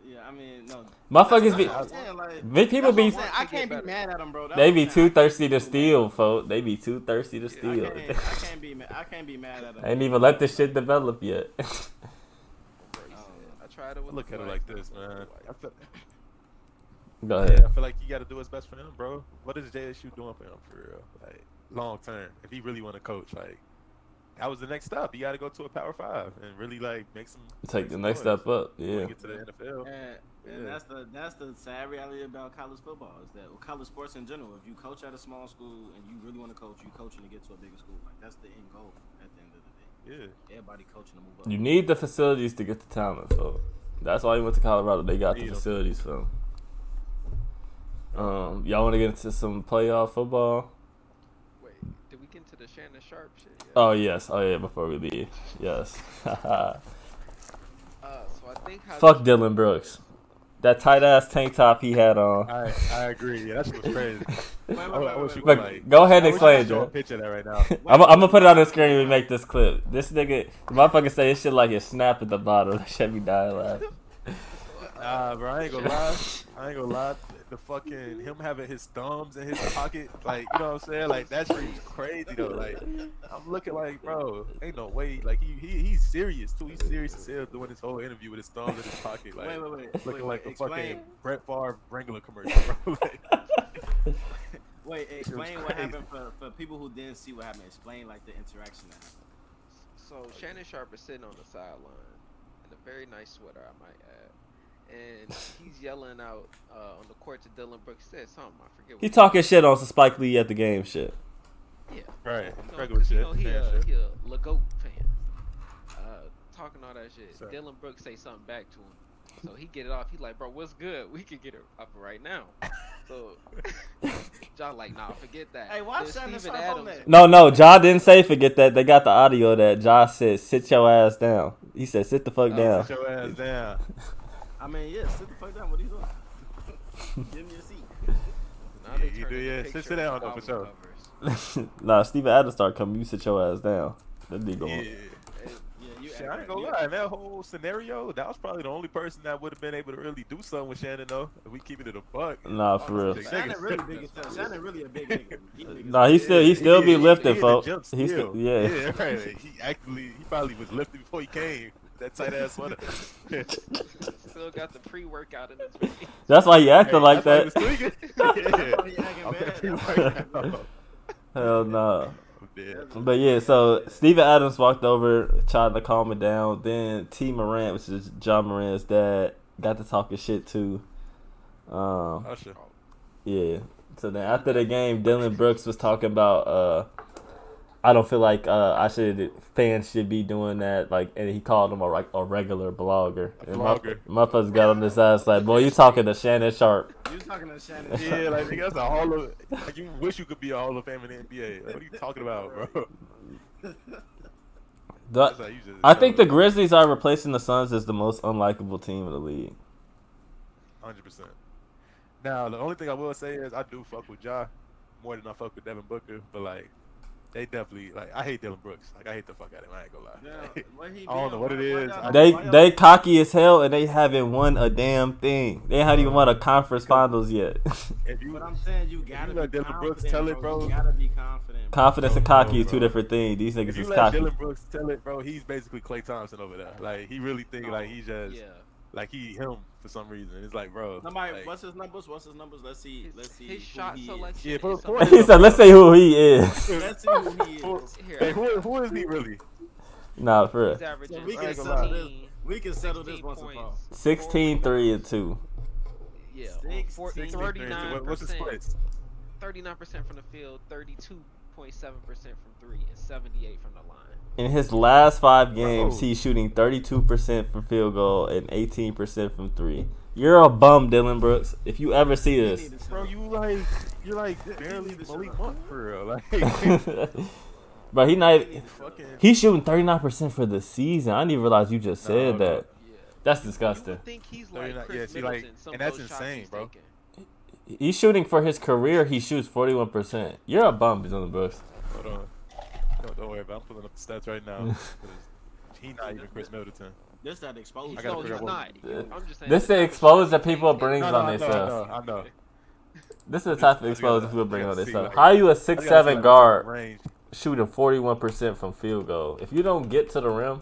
Yeah, I mean, no. motherfuckers That's what I'm be saying, like, big people that's what I'm be saying. I can't be mad at them, bro. That's they what be I'm too saying. thirsty to steal, folks. They be too thirsty to I steal. can't, I [LAUGHS] can't be mad. I can't be mad at them. Ain't even let this shit develop yet. [LAUGHS] Embrace Oh. it. I tried it with Look the at it boys, like but this, it man. wasn't I like- feel, Go yeah, ahead. I feel like you got to do what's best for them, bro. What is JSU doing for him for real? Like long term, if he really want to coach, like that was the next step. You got to go to a Power Five and really like make some Take make the some next noise. step up. You wanna Yeah. Get to the NFL. And And that's the that's the sad reality about college football is that or college sports in general. If you coach at a small school and you really want to coach, you coaching to get to a bigger school. Like that's the end goal at the end of the day. Yeah. Everybody coaching to move up. You need the facilities to get the talent. So that's why he went to Colorado. They got the Need 'em. facilities for him. Um, y'all want to get into some playoff football? Wait, did we get into the Shannon Sharp shit? yet? Oh yes. Oh yeah. Before we leave, yes. [LAUGHS] Uh, so I think how Fuck this- Dylan Brooks. [LAUGHS] That tight ass tank top he had on. I I agree. Yeah, that's what's [LAUGHS] crazy. Wait, I, wait, wait, wait, I wish you wait. could, Look, like, go ahead and I wish I explain, could show a Joe. picture of that [LAUGHS] right now. I'm, I'm gonna put it on the screen and make this clip. This nigga, the motherfucker say his shit like his snap at the bottom. [LAUGHS] That shit be dying [LAUGHS] laughing. [LAUGHS] Uh, Nah, bro, I ain't gonna lie. I ain't gonna lie. The fucking him having his thumbs in his pocket, like you know what I'm saying? Like that shit is [LAUGHS] crazy though. Like I'm looking like, bro, ain't no way. Like he, he he's serious too. He's serious as hell doing this whole interview with his thumbs in his pocket, like wait, wait, wait. looking wait, like wait, the explain, fucking Brett Favre Wrangler commercial, bro. [LAUGHS] [LAUGHS] like, [LAUGHS] [LAUGHS] Wait, explain what crazy. happened for, for people who didn't see what happened. Explain like the interaction that happened. So Shannon Sharp is sitting on the sideline in a very nice sweater, I might add. And he's yelling out uh, on the court to Dylan Brooks. Said something, I forget. What He talking shit on some Spike Lee at the game shit. Yeah. right, You know, regular 'cause shit. You know, he fan uh, a, shit. he a Legoat fan. Uh, talking all that shit. Sir. Dylan Brooks say something back to him. So he get it off. He like, bro, what's good? We could get it up right now. [LAUGHS] So John like, nah, forget that. Hey, why Then Shannon Steven Sharpe on Adams- No, no, Ja didn't say forget that. They got the audio that Ja said, sit your ass down. He said, sit the fuck Oh, down. Sit your ass down. I mean, yeah, sit the fuck down. What are you doing? [LAUGHS] Give me a seat. Now they Yeah, you turning do, the yeah. Sit- picture sit down, into though, for album sure. covers. [LAUGHS] nah, Steven Adams start coming. You sit your ass down. That nigga. Yeah. going. Yeah, you. Shit, I ain't accurate. gonna You- lie, in that whole scenario, that was probably the only person that would have been able to really do something with Shannon though. If we keep it at a buck. Nah, for real. Niggas. Shannon [LAUGHS] really big. as hell. Shannon really a big nigga. He big as Nah, he still he still be Yeah, lifting, yeah, folks. the jump He still. still yeah. right. He actually, he probably was lifting before he came. That tight ass sweater. Hey, [LAUGHS] Still got the pre-workout in [LAUGHS] his face. That's why he acting like that's that. why he was tweaking. [LAUGHS] hell. He yeah. acting I'm bad. happy [LAUGHS] right now. [LAUGHS] Hell nah. I'm dead. But yeah, so Steven Adams walked over, tried to calm it down. Then T Morant, which is John Morant's dad, got to talking shit too. Um, Usher. Yeah. So then after the game, Dylan Brooks was talking about, uh, I don't feel like uh, I should fans should be doing that. Like, and he called him a, reg- a regular blogger. A And my- blogger. Motherfuckers got on his ass like, boy, you talking to Shannon Sharp? You was talking to Shannon. Yeah, like nigga, that's a hall of. Like you wish you could be a hall of fame in the NBA. Like, what are you talking about, bro? [LAUGHS] [LAUGHS] That's The- like, you just- I think the Grizzlies are replacing the Suns as the most unlikable team in the league. Hundred percent. Now the only thing I will say is I do fuck with Ja more than I fuck with Devin Booker, but like they definitely like I hate Dylan Brooks. Like I hate the fuck out of him. I ain't gonna lie. Yeah, [LAUGHS] Like, what he I don't be know on? what it Why- is. why y'all- They why y'all- they cocky as hell and they haven't won a damn thing. They haven't even won a conference finals yet. [LAUGHS] if you But I'm saying you gotta let be Dylan Brooks confident, tell it, bro. You gotta be confident. bro. Confidence and cocky is Bro. two different things. These if niggas you is let cocky. [LAUGHS] Dylan Brooks tell it, bro, he's basically Clay Thompson over there. Like he really think like he just Yeah. like he him for some reason. It's like bro. Somebody, like, what's his numbers? What's his numbers? Let's see. His, Let's see. his who shot he is. selection. Yeah, for- is for- something he said, "Let's say [LAUGHS] who he [LAUGHS] is." Let's see who he who, is. Here. hey, who, who is he really? Nah, for real. He's averaging So we can 16, settle this- We can settle this 16 once and for all. points, 16 3 and 2. Yeah, Six- on 16, 39 39 what, what's his percent, place? thirty-nine percent from the field, thirty-two point seven percent from three, and seventy-eight from the line. In his last 5 games, Bro. he's shooting 32% from field goal and 18% from 3. You're a bum, Dylan Brooks. If you ever see He this. [LAUGHS] need to Bro, settle. you like you're like need barely to shut Malik up. Monk for real. [LAUGHS] Like but he not He need to settle. fucking he's shooting 39% for the season. I didn't even realize you just No, said no. that. Yeah. That's You disgusting. would think he's No, you're like not- Chris yeah, see, like- Middleton. some and of that's those shots insane, he's bro. taking. He's shooting for his career. He shoots 41%. You're a bum, Dylan Brooks. Hold on. Don't, don't worry about it. I'm pulling up the stats [LAUGHS] right now. he not even Chris Middleton. This that exposure. I He's gotta no, figure he's out what- not. You- I'm just saying. This the is type of exposed shot that he's people taking. bring No, on no, I know, I themselves. know, I know. This is the type I of just exposure gotta- people I bring on gotta see, themselves. like- How you a I gotta six see, seven like, guard range. shooting 41% from field goal. If you don't get to the rim,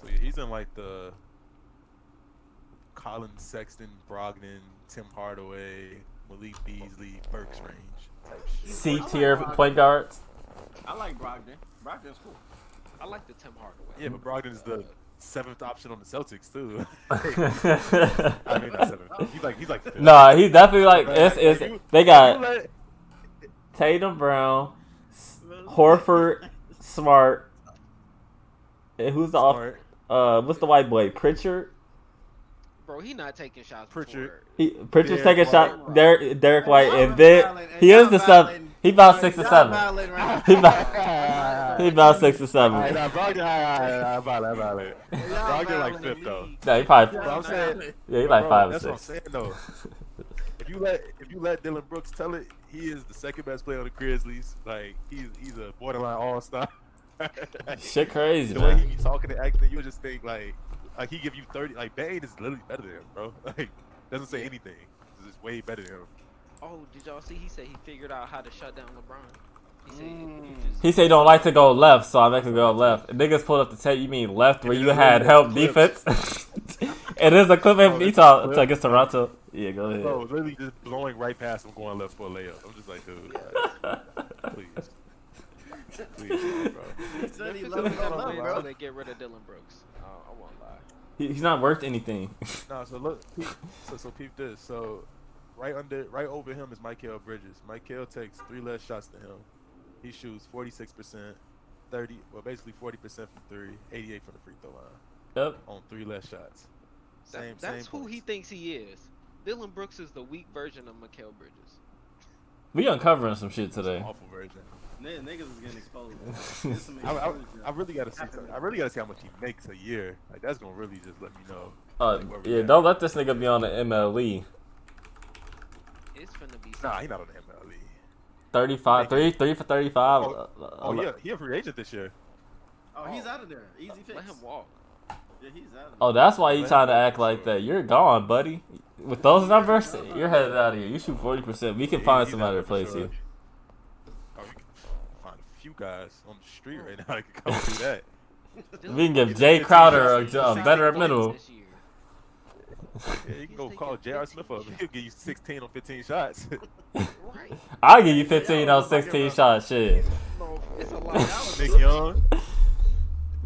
So yeah, he's in like the Colin Sexton, Brogdon, Tim Hardaway, Malik Beasley, Burks range type shit. C tier point [LAUGHS] guards. I like Brogdon. Brogdon's cool. I like the Tim Hardaway. Yeah, but Brogdon's the seventh option on the Celtics too. [LAUGHS] I mean, not [LAUGHS] no, seventh. He's like he's like fifth. he's definitely like Right, it's, like, it's if you- they You got let- Tatum Brown, S- Horford, Smart, and who's the off, Smart. uh what's the white boy Pritchard? Bro, he not taking shots. Pritchard. before- He Pritchard's Derrick taking a shot. White. Derek Derek White and Y'all then violating- he y'all is the seven. violating- He about six or y'all seven. violating right He now. about he about six or All right, seven. nah, Brogdon, all right, all right, all right, all right, all right. Y'all Brogdon like violating fifth though. league. No, he probably But I'm saying, yeah, he like bro, five or that's what I'm six. saying [LAUGHS] though. If you let if you let Dylan Brooks tell it, he is the second best player on the Grizzlies. Like he's he's a borderline all [LAUGHS] star. Shit crazy, the way he man. be talking and acting, you would just think like like he give you thirty. Like Bane is literally better than him, bro. [LAUGHS] Like doesn't say anything. He's just way better than him. Oh, did y'all see? He said he figured out how to shut down LeBron. He said Mm. just- He said he don't like to go left, so I make him go left. Niggas pulled up the tape. You mean left where you had help defense? [LAUGHS] it is a clip in Utah to- against Toronto. Yeah, go Bro, ahead. literally just blowing right past him, going left for a layup. I'm just like, [LAUGHS] dude, please, please, bro. He said he Memphis loved is it, gonna win until bro. they get rid of Dylan Brooks. Uh, I won't lie. [LAUGHS] He, he's not worth anything. [LAUGHS] No, so look, peep, so so peep this. So right under, right over him is Michael Bridges. Michael takes three less shots than him. He shoots 46 percent, 30, well basically 40 percent from three, 88 from the free throw line yep. on three less shots. That- Same, that's same who points. he thinks he is. Dylan Brooks is the weak version of Mikael Bridges. We uncovering some shit It's an today. Awful version. Niggas is getting exposed. I, I, I really gotta see. I really gotta see how much he makes a year. Like that's gonna really just let me know. Uh, Like, where we yeah, at. don't let this nigga be on the E. MLE. It's finna be. Nah, something. he not on the E. MLE. 35, 3, 3 for 35. Oh, Uh, uh, Oh, yeah, he a free agent this year. oh, he's out of there. Easy Let- fix. Let him walk. Yeah, he's out of there. oh, that's why you trying to act like that. You're gone, buddy. With those numbers, you're headed out of here. You shoot 40%. We can Yeah, find somebody he's to out there for replace you. sure. Oh, we can find a few guys on the street right now that can come do that. We can Dylan give He's Jay a- Crowder a, he's Brooks a is better 16 middle. points this year. Yeah, you can He's go taking call J.R. 15 Smith up. He'll give you 16 on 15 shots. [LAUGHS] Right. I'll give you 15 on 16 shots. Shit. No, it's a lot. Nick That was- Young, there's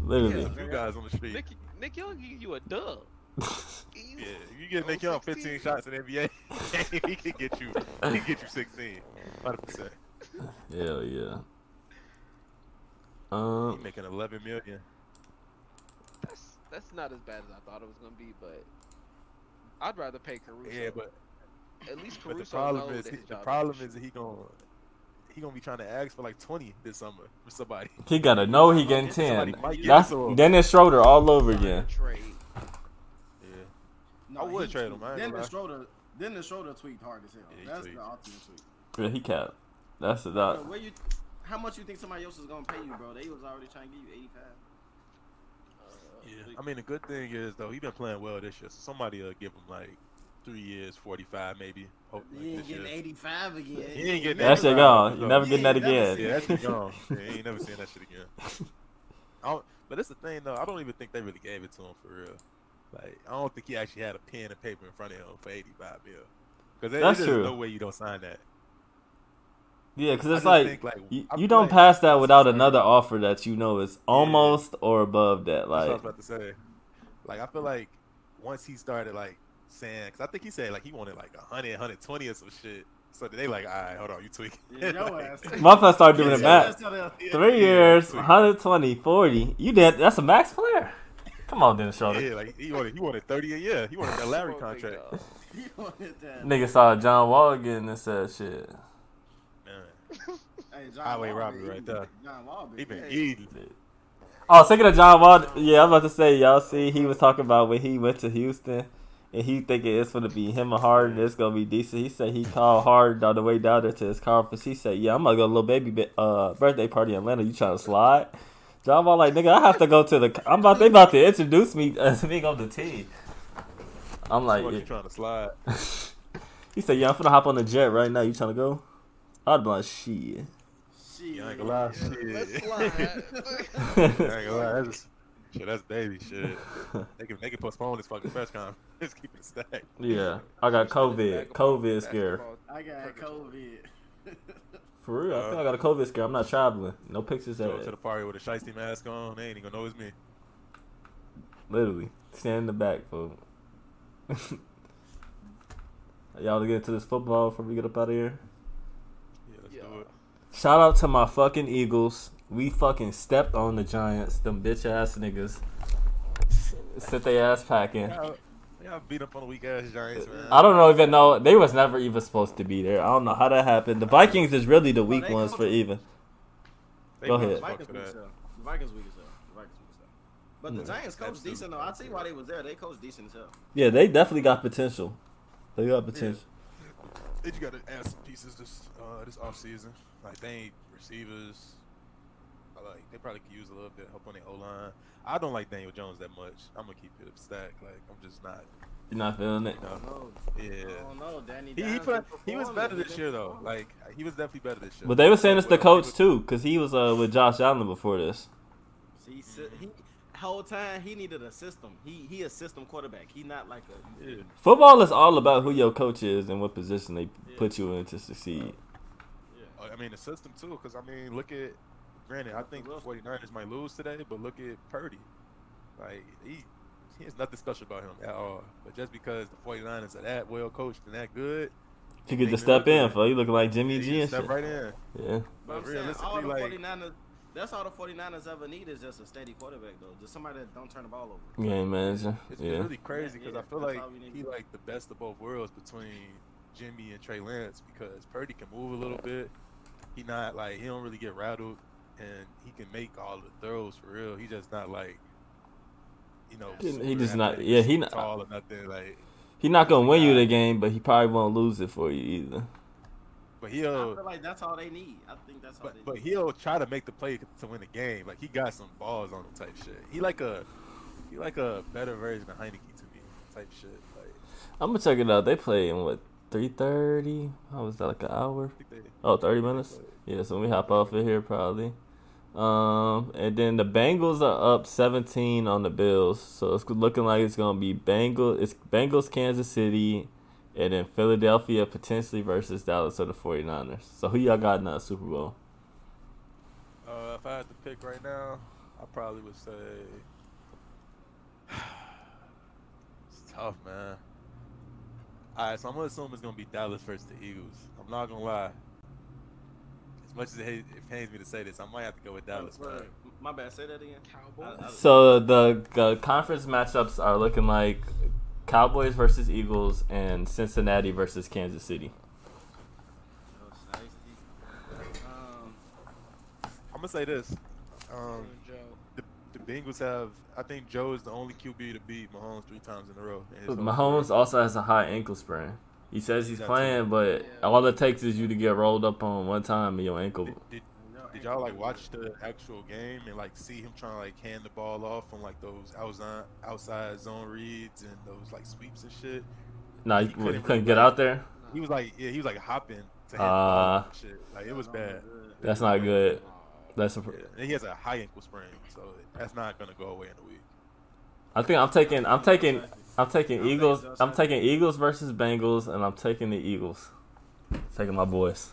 Literally. a few guys on the street. Nick, Nick Young give you a [LAUGHS] dub. Yeah, Easy. if you get Nick Young 15 shots in the NBA, [LAUGHS] he can get you. He can get you 16. 100. percent Hell yeah. He Um, making 11 million. That's that's not as bad as I thought it was gonna be, but I'd rather pay Caruso. Yeah, but at least but Caruso the problem knows is that he, his the job problem security. is that he gonna he gonna be trying to ask for like 20 this summer for somebody. [LAUGHS] he gotta know he getting Somebody 10. might give it That's to him. Dennis Schroeder all over again. Trade. Yeah. No, I would he trade him, tweaked. I ain't Then gonna the lie. Schroeder, then the Schroeder tweaked hard as hell. Yeah, he That's the tweaked. Uh, ultimate tweak. Yeah, he capped. That's it. Bro, That. where you? How much you think somebody else is gonna pay you, bro? They was already trying to give you eighty-five. Yeah. I mean, the good thing is though he been playing well this year, so somebody will give him like three years, forty-five maybe. Hope, like, You ain't this getting year. eighty-five again. He ain't getting That shit gone. You never Yeah, getting that that was- again. Yeah, that [LAUGHS] shit gone. yeah, he ain't never seen that shit again. I don't, but that's the thing though. I don't even think they really gave it to him for real. Like I don't think he actually had a pen and paper in front of him for eighty-five mil. Because That's there's just true. no way you don't sign that. Yeah, because I it's just like, think, like, you, I you feel don't like- pass that without another offer that you know is almost or above that. That's what I Like, was about to say. Like I feel like once he started like saying, because I think he said like he wanted like 100, 120 or some shit. So they like, all right, hold on, you tweaking. Yeah, your [LAUGHS] Like, ass. [LAUGHS] motherfucker started doing Yeah, it [LAUGHS] back. that's how they- yeah, Three yeah, years, tweaking. 120, 40. You did. That's a max player. Come on, Dennis Schroeder. Yeah, like he wanted, he wanted thirty a year. He wanted that Larry Come on, big contract. dog. You wanted that. Nigga saw John Wall again and said shit. Man, Hey, John Highway Wall robbery been right eating. there. John Wall been he been eating. eating. Oh, thinking of John Wall. Yeah, I was about to say, y'all see, he was talking about when he went to Houston and he thinking it's going to be him and Harden. It's going to be decent. He said he called Harden on the way down there to his conference. He said, Yeah, I'm going to go to a little baby bi- uh, birthday party in Atlanta. You trying to slide? John Wall, like, nigga, I have to go to the. I'm about, they about to introduce [LAUGHS] me as being on the team. I'm like, Fuck, you yeah. trying to slide. He said, Yeah, I'm finna hop on the jet right now. You trying to go? I'd be like, Shit. [LAUGHS] Shit. You ain't gonna lie. Shit. [LAUGHS] Let's You slide. [LAUGHS] ain't gonna lie. That's, shit, that's baby shit. They can, they can postpone this fucking press conference. [LAUGHS] Just keep it stacked. Yeah, I got COVID. COVID scare. Basketball I got COVID. [LAUGHS] For real, I think I got a COVID scare. I'm not traveling. No pictures of Go to the it. party with a shiesty mask on. They ain't even gonna know it's me. Literally, stand in the back, fool. [LAUGHS] Y'all to get into this football before we get up out of here. Yeah, let's Yeah. do it. Shout out to my fucking Eagles. We fucking stepped on the Giants, them bitch ass niggas. Sit they ass packing. Y'all, y'all beat up on the weak ass Giants, man. Uh, I don't know even know they was never even supposed to be there. I don't know how that happened. The Vikings is really Oh, the weak they ones come- for even. They Go must ahead. The fuck Vikings for weak as that. hell. The Vikings weak as hell. The Vikings weak as hell. But the Mm. Giants coach Absolutely. decent though. I see why they was there. They coach decent as hell. Yeah, they definitely got potential. They got potential. They just gotta add some pieces this uh, this off season. Like they ain't receivers. I Like they probably could use a little bit of help on the O line. I don't like Daniel Jones that much. I'm gonna keep it up stack. Like I'm just not. You're not feeling it. You know, No, Uh-huh. yeah. don't know. Danny He he, Dimes play, been he was performing. better He this been year though. performing. Like he was definitely better this year. But they were saying it's the Well, coach he was- too, because he was uh, with Josh Allen before this. See, si- he whole time he needed a system. He he a system quarterback. He not like a. Yeah. Football is all about who your coach is and what position they put you in to succeed. Uh, I mean the system too, because I mean look at. Granted, I think the 49ers might lose today, but look at Purdy. Like he, he has nothing special about him at all. But just because the 49ers are that well coached and that good, You could just step in, for you looking like Jimmy Yeah, you G and step shit. right in. Yeah. But I'm But saying all the realistically, like- 49ers. That's all the 49ers ever need is just a steady quarterback though. Just somebody that don't turn the ball over. Game manager. It's it's Yeah. really crazy because yeah, I feel that's like all we need. he like the best of both worlds between Jimmy and Trey Lance because Purdy can move a little bit. He not like he don't really get rattled, and he can make all the throws for real. He just not like, you know, He- he super just not- athletic, yeah, he super not- tall or nothing like. He not gonna win you the game, but he probably won't lose it for you either. But I feel he'll like that's all they need. I think that's all but, they but need. he'll try to make the play to win the game. Like he got some balls on him type shit. He like a he like a better version of Heineke to me type shit. Like I'm gonna check it out. They play in what three thirty? How was that like an hour? I think they Oh, 30 minutes? Yeah, so we hop off of here probably. Um, and then the Bengals are up 17 on the Bills. So it's looking like it's going to be Bengals, it's Bengals, Kansas City, and then Philadelphia potentially versus Dallas or the 49ers. So who y'all got in that Super Bowl? Uh, if I had to pick right now, I probably would say [SIGHS] it's tough, man. All right, so I'm gonna assume it's gonna be Dallas versus the Eagles. I'm not gonna lie. As much as it, hate, it pains me to say this, I might have to go with Dallas, Wait, man. wait, My bad. Say that again. Uh, Cowboys. I- I- So the, the conference matchups are looking like Cowboys versus Eagles and Cincinnati versus Kansas City. Oh, shiesty. Um, I'm gonna say this. Um, Bruin Joe. the, the Bengals have. I think Joe is the only QB to beat Mahomes three times in a row. and it's over. Mahomes also has a high ankle sprain. He says he's That's playing, but Yeah. all it takes is you to get rolled up on one time and your ankle. Did- did- no, Did y'all like Anthony watch the actual game and like see him trying to like hand the ball off on like those outside outside zone reads and those like sweeps and shit? No, you, he what, you couldn't couldn't really get play. out there. He was like, yeah, he was like hopping to hand the ball Uh, off and shit. Like it was Gordon bad. good. That's not good. That's. A, Yeah. And he has a high ankle sprain, so that's not gonna go away in a week. I think I'm taking. I'm taking. I'm taking I'm taking Eagles. Josh I'm Allen. taking Eagles versus Bengals, and I'm taking the Eagles. Taking my boys.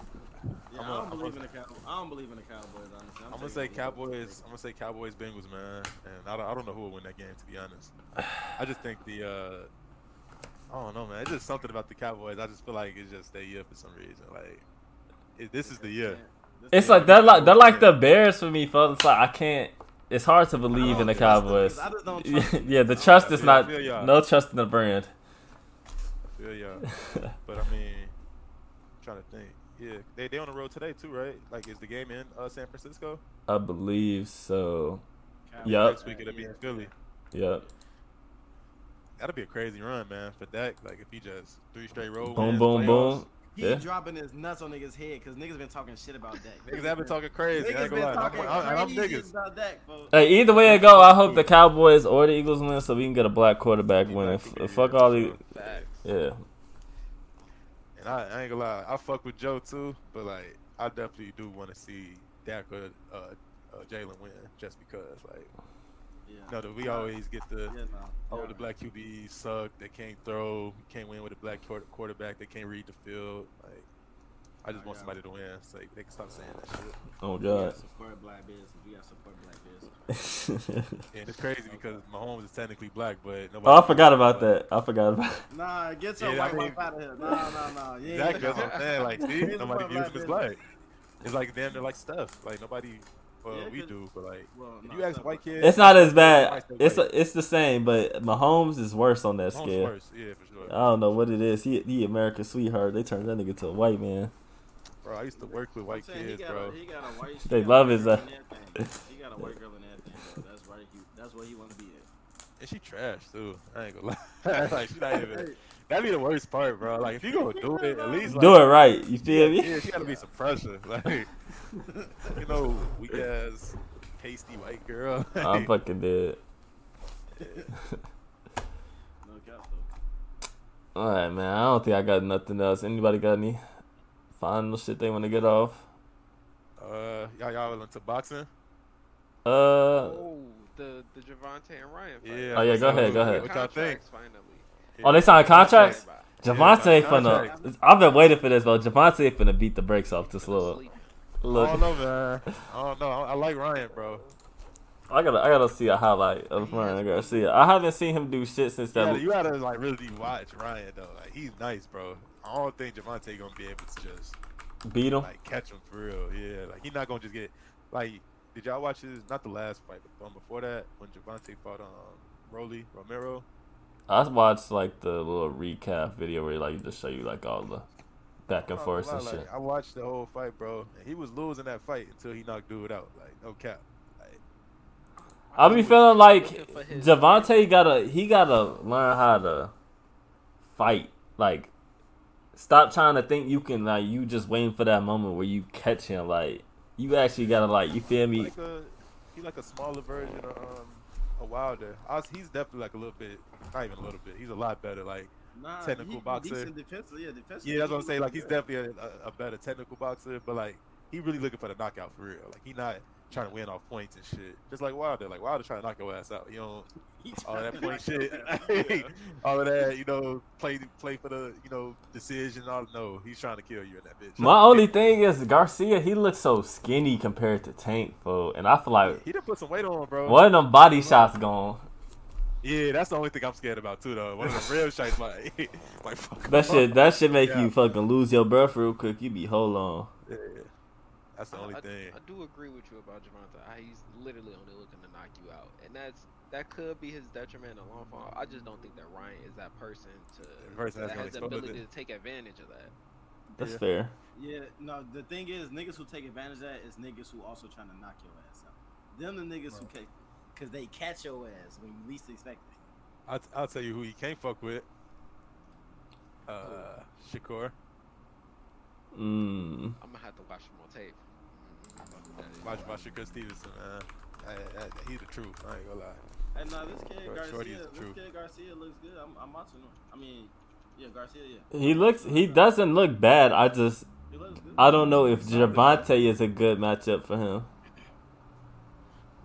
Yeah, I'm I a- don't I'm a- believe in the Cowboys. I don't believe in the Cowboys. Honestly, I'm gonna taking say the Eagles. Cowboys. I'm gonna say Cowboys Bengals, man. And I don't, I don't know who will win that game to be honest. I just think the uh, I don't know, man. It's just something about the Cowboys. I just feel like it's just their year for some reason. Like it, this is the year. This It's the like year. they're like they're like the Bears for me, folks. It's like I can't. It's hard to I believe don't in the trust them Cowboys. because I [LAUGHS] just don't trust them. yeah, the I don't trust trust is them. not. I feel y'all. No trust in the brand. [LAUGHS] Yeah, yeah. But I mean, I'm trying to think. Yeah, they they on the road today too, right? Like, is the game in uh, San Francisco? I believe so. Cowboys. Yup. Next week it'll be in Yeah. Philly. Yep. That'll be a crazy run, man, for Dak. Like, if he just three straight road. Boom, wins, boom, boom. playoffs. He Yeah. dropping his nuts on niggas' head because niggas been talking shit about that. Niggas have been talking crazy. I Niggas ain't been gonna lie. talking I'm, I'm, I'm crazy niggas. about that, folks. Hey, either way it go, I hope the Cowboys or the Eagles win so we can get a black quarterback winning. F- fuck all the Facts. yeah. And I, I ain't gonna lie, I fuck with Joe too, but like, I definitely do want to see Dak or uh, uh, Jalen win, just because, like, Yeah. you know, that we always get the Yeah, no. Oh, Yeah. the black QBs suck. They can't throw. Can't win with a black quarter- quarterback. They can't read the field. Like, I I just want somebody to win. So they can stop saying that shit. Oh We gotta god. support black business. We gotta support black business. Yeah, and it's crazy because Mahomes is technically black, but nobody. [LAUGHS] oh, I forgot about that. I forgot about. Nah, get your Yeah, white I mean- wife out of here. Nah, nah, nah. Yeah, [LAUGHS] Exactly. That's what I'm saying. Like, see, He's nobody about views him black as black. It's like damn, they're like stuff. Like nobody. Well, Yeah, we 'cause- do, but like, Well, if nah, you ask not white black. kids, [LAUGHS] It's not as bad. It's it's the same, but Mahomes is worse on that Uh, Mahomes scale. worse. Yeah, for sure. I don't know what it is. He the American sweetheart. They turned that nigga to a white man. Bro, I used to work with white I'm saying kids, he got bro. A, he got a white. he They got a love white his, girl uh, and everything. He got a white girl and everything. Bro. That's right. He, that's what he want to be in. And she trash too. [LAUGHS] I ain't gonna lie. [LAUGHS] like she not even. That'd be the worst part, bro. Like if you gonna do it, at least like, Do it right. You feel me? Yeah, she gotta be some pressure. [LAUGHS] Like you know, we guys pasty white girl. [LAUGHS] [LAUGHS] I'm fucking dead. No cap though. All right, man. I don't think I got nothing else. Anybody got any final shit they want to get off? uh, y'all y'all into boxing? Uh, Oh, the the Javante and Ryan fight. Yeah. Oh, yeah, go ahead, go ahead. What y'all think? Contracts Finally. oh, they signed contracts. Everybody. Javante Yeah, finna. I've been waiting for this, bro. Javante finna beat the brakes off this little. Sleep. I Look, don't know, man. I don't know. I, I like Ryan, bro. I gotta, I gotta see a highlight of Ryan Garcia. I haven't seen him do shit since You that. gotta, you gotta like really watch Ryan though. Like he's nice, bro. I don't think Javante gonna be able to just beat him. like catch him for real. Yeah, like he's not gonna just get like. Did y'all watch his not the last fight, but the one before that when Javante fought um Roly Romero? I watched like the little recap video where like just show you like all the back and I'm not forth gonna and lie, shit. Oh, like, I watched the whole fight, bro. And he was losing that fight until he knocked dude out. Like no cap. I be feeling like Javante gotta he gotta learn how to fight. Like stop trying to think you can like you just waiting for that moment where you catch him. Like you actually gotta like you feel me? Like a, he like a smaller version of um a Wilder. I was, he's definitely like a little bit, not even a little bit. He's a lot better. Like Nah, Technical he, boxer. Decent defense. Yeah, defense. yeah, that's what I'm saying. Like he's definitely a, a, a better technical boxer, but like he really looking for the knockout for real. Like he not trying to win off points and shit. Just like Wilder. Like Wilder trying to knock your ass out. You know [LAUGHS] all Oh, that point shit. [LAUGHS] all of that. You know play play for the you know decision. All no, he's trying to kill you in that bitch. My only thing is Garcia, he looks so skinny compared to Tank, fool. And I feel like He done put some weight on, bro. one of them body shots gone. Yeah, that's the only thing I'm scared about too, though. One of the real shots, like, [LAUGHS] like fuck. That off. shit that shit make Yeah. you fucking lose your breath real quick. You be hold on. Yeah, that's the only I, thing. I do agree with you about Javante. I- He's literally only looking to knock you out, and that's that could be his detriment in the long run. I just don't think that Ryan is that person to The person that's that gonna has the exploit ability to it. take advantage of that. That's Yeah. fair. Yeah, no. The thing is, niggas who take advantage of that is niggas who also trying to knock your ass out. Them the niggas who catch, cause they catch your ass when you least expect it. I'll, I'll tell you who he can't fuck with. Uh, Shakur. Mm. I'm gonna have to watch him on [LAUGHS] tape. Watch my Shakur Stevenson, man. I, I, he's the truth. I ain't gonna lie. And nah, this kid Bro, Shorty Garcia, is this the truth. kid Garcia looks good. I'm, I'm watching him. I mean, yeah, Garcia, yeah, He looks he doesn't look bad. I just he looks good. I don't know if He's solid. Javante is a good matchup for him.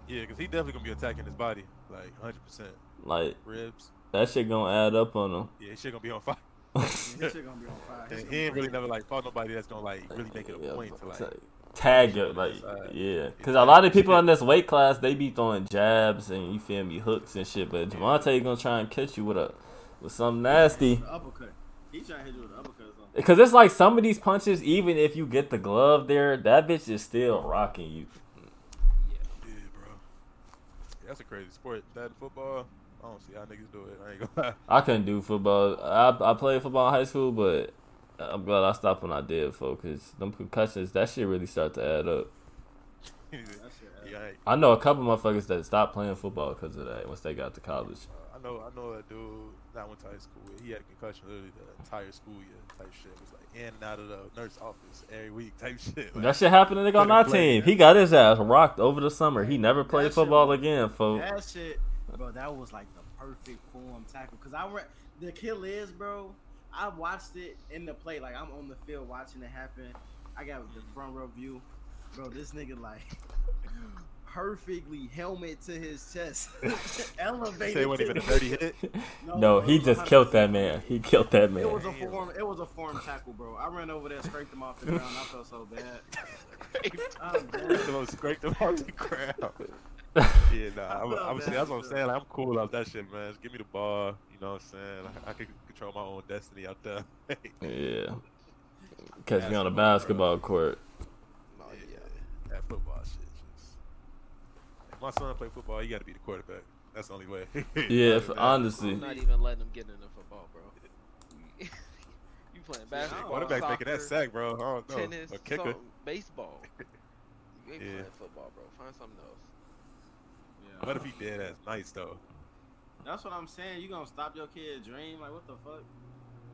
Yeah, because he definitely gonna be attacking his body, like 100 percent Like ribs. that shit gonna add up on Yeah, his shit gonna be on [LAUGHS] fire. him. [LAUGHS] His shit gonna be on fire. His And shit he ain't gonna really be on never like fought nobody that's gonna like really make it a Yeah, point to but like. uh, ta- tag it, like Inside. yeah, because a lot of people in this weight class they be throwing jabs and you feel me hooks and shit, but Javante gonna try and catch you with a with some nasty. fire. The uppercut. He trying to hit you with an uppercut. or something. Because it's like some of these punches, even if you get the glove there, that bitch is still rocking you. Yeah, bro. That's a crazy sport. That and football. I don't see how niggas do it. I ain't gonna [LAUGHS] lie. I couldn't do football. I I played football in high school, but I'm glad I stopped when I did, focus. Them concussions, that shit really start to add up. That shit. yeah, I ain't- I know a couple motherfuckers that stopped playing football because of that once they got to college. I know, I know a dude that I went to high school with. He had a concussion literally the entire school year type shit. It was like in and out of the nurse office every week type shit. Like, [LAUGHS] That shit happened to nigga on Couldn't my play, team. man. He got his ass rocked over the summer. He never That played shit football was- again, folks. That shit, bro. That was like the perfect form tackle. Cause I re- the kill is, bro. I watched it in the play. Like I'm on the field watching it happen. I got the front row view, bro. This nigga like [LAUGHS] perfectly helmet to his chest, [LAUGHS] elevated. Say it to wasn't even a the- dirty [LAUGHS] hit. No, bro, he it was just 100% killed that man. He killed that It was man. a form. It was a form tackle, bro. I ran over there, scraped him off the ground. I felt so bad. [LAUGHS] I'm Scraped dead. them, scraped them off the ground. Yeah, nah, I'm, I'm, saying- that's what I'm saying. Like, I'm cool out that shit, man. Just give me the ball. You know what I'm saying? Like, I can control my own destiny out there. [LAUGHS] [LAUGHS] Yeah. Catch me on a basketball Basketball, bro. court. Oh, yeah. that football shit. Just... If my son play football, he got to be the quarterback. That's the only way. [LAUGHS] Yeah, if, Other than that, honestly. I'm not even letting him get into football, [LAUGHS] bro. [LAUGHS] you playing I shit, don't basketball? quarterback's soccer, making that sack, bro. I don't know. Tennis, Oh, a kicker. something, [LAUGHS] baseball. You ain't Yeah. playing football, bro. Find something else. yeah. What if he did? That's nice though. That's what I'm saying. You gonna stop your kid's dream? Like what the fuck?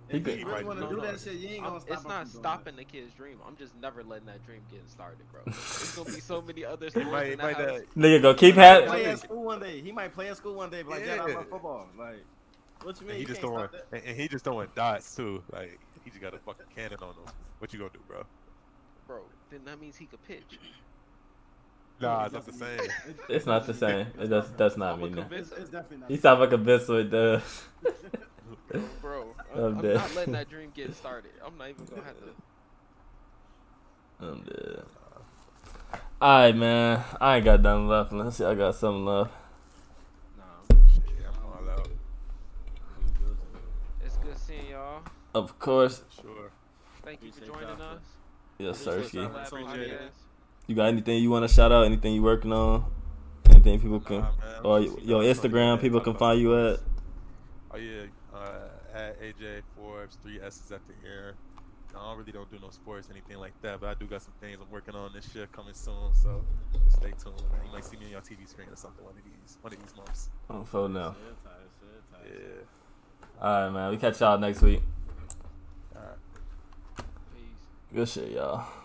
He If could- you really want to No, do no. that shit, you ain't I'm- gonna stop. it's him not from doing that. stopping the kid's dream. I'm just never letting that dream get started, [LAUGHS] bro. There's gonna [LAUGHS] be so many other schools might- in might uh, that house. that- Nigga, go keep might having. play at school one day. He might play at school one day, but like, yeah, I Yeah. love football. Like, what you mean? And he you just can't don't want, stop that? and, and he just don't want dots too. Like he just got a fucking cannon on him. What you gonna do, bro? bro. Then that means he could [LAUGHS] pitch. Nah, it's not [LAUGHS] the same. It's not the same. It does, that's not I'm me. a No. convinced- It's, it's definitely not. He sound [LAUGHS] like a bitch with the. Bro, I'm I'm, I'm dead. not letting that dream get started. I'm not even gonna have to. [LAUGHS] I'm dead. Alright, man. I ain't got nothing left. Let's see, I got something left. Nah, [LAUGHS] I'm- Yeah, I'm all out. it's good seeing y'all. Of course. Sure. Thank you for Appreciate y'all, joining sir. us. Yes, Appreciate Sersky. y'all. Appreciate it. You got anything you want to shout out? Anything you working on? Anything people can? Nah, man, or just, you your know, that's what Oh, Instagram it is. people can find you at? Oh yeah, uh, at AJ Forbes, three S's at the air. I don't really don't do no sports anything like that, but I do got some things I'm working on this year coming soon. So just stay tuned. Man. You might see me on your TV screen or something one of these one of these months. Oh, so no. Yeah. All right, man. We catch y'all next week. All right. Peace. Good shit, y'all.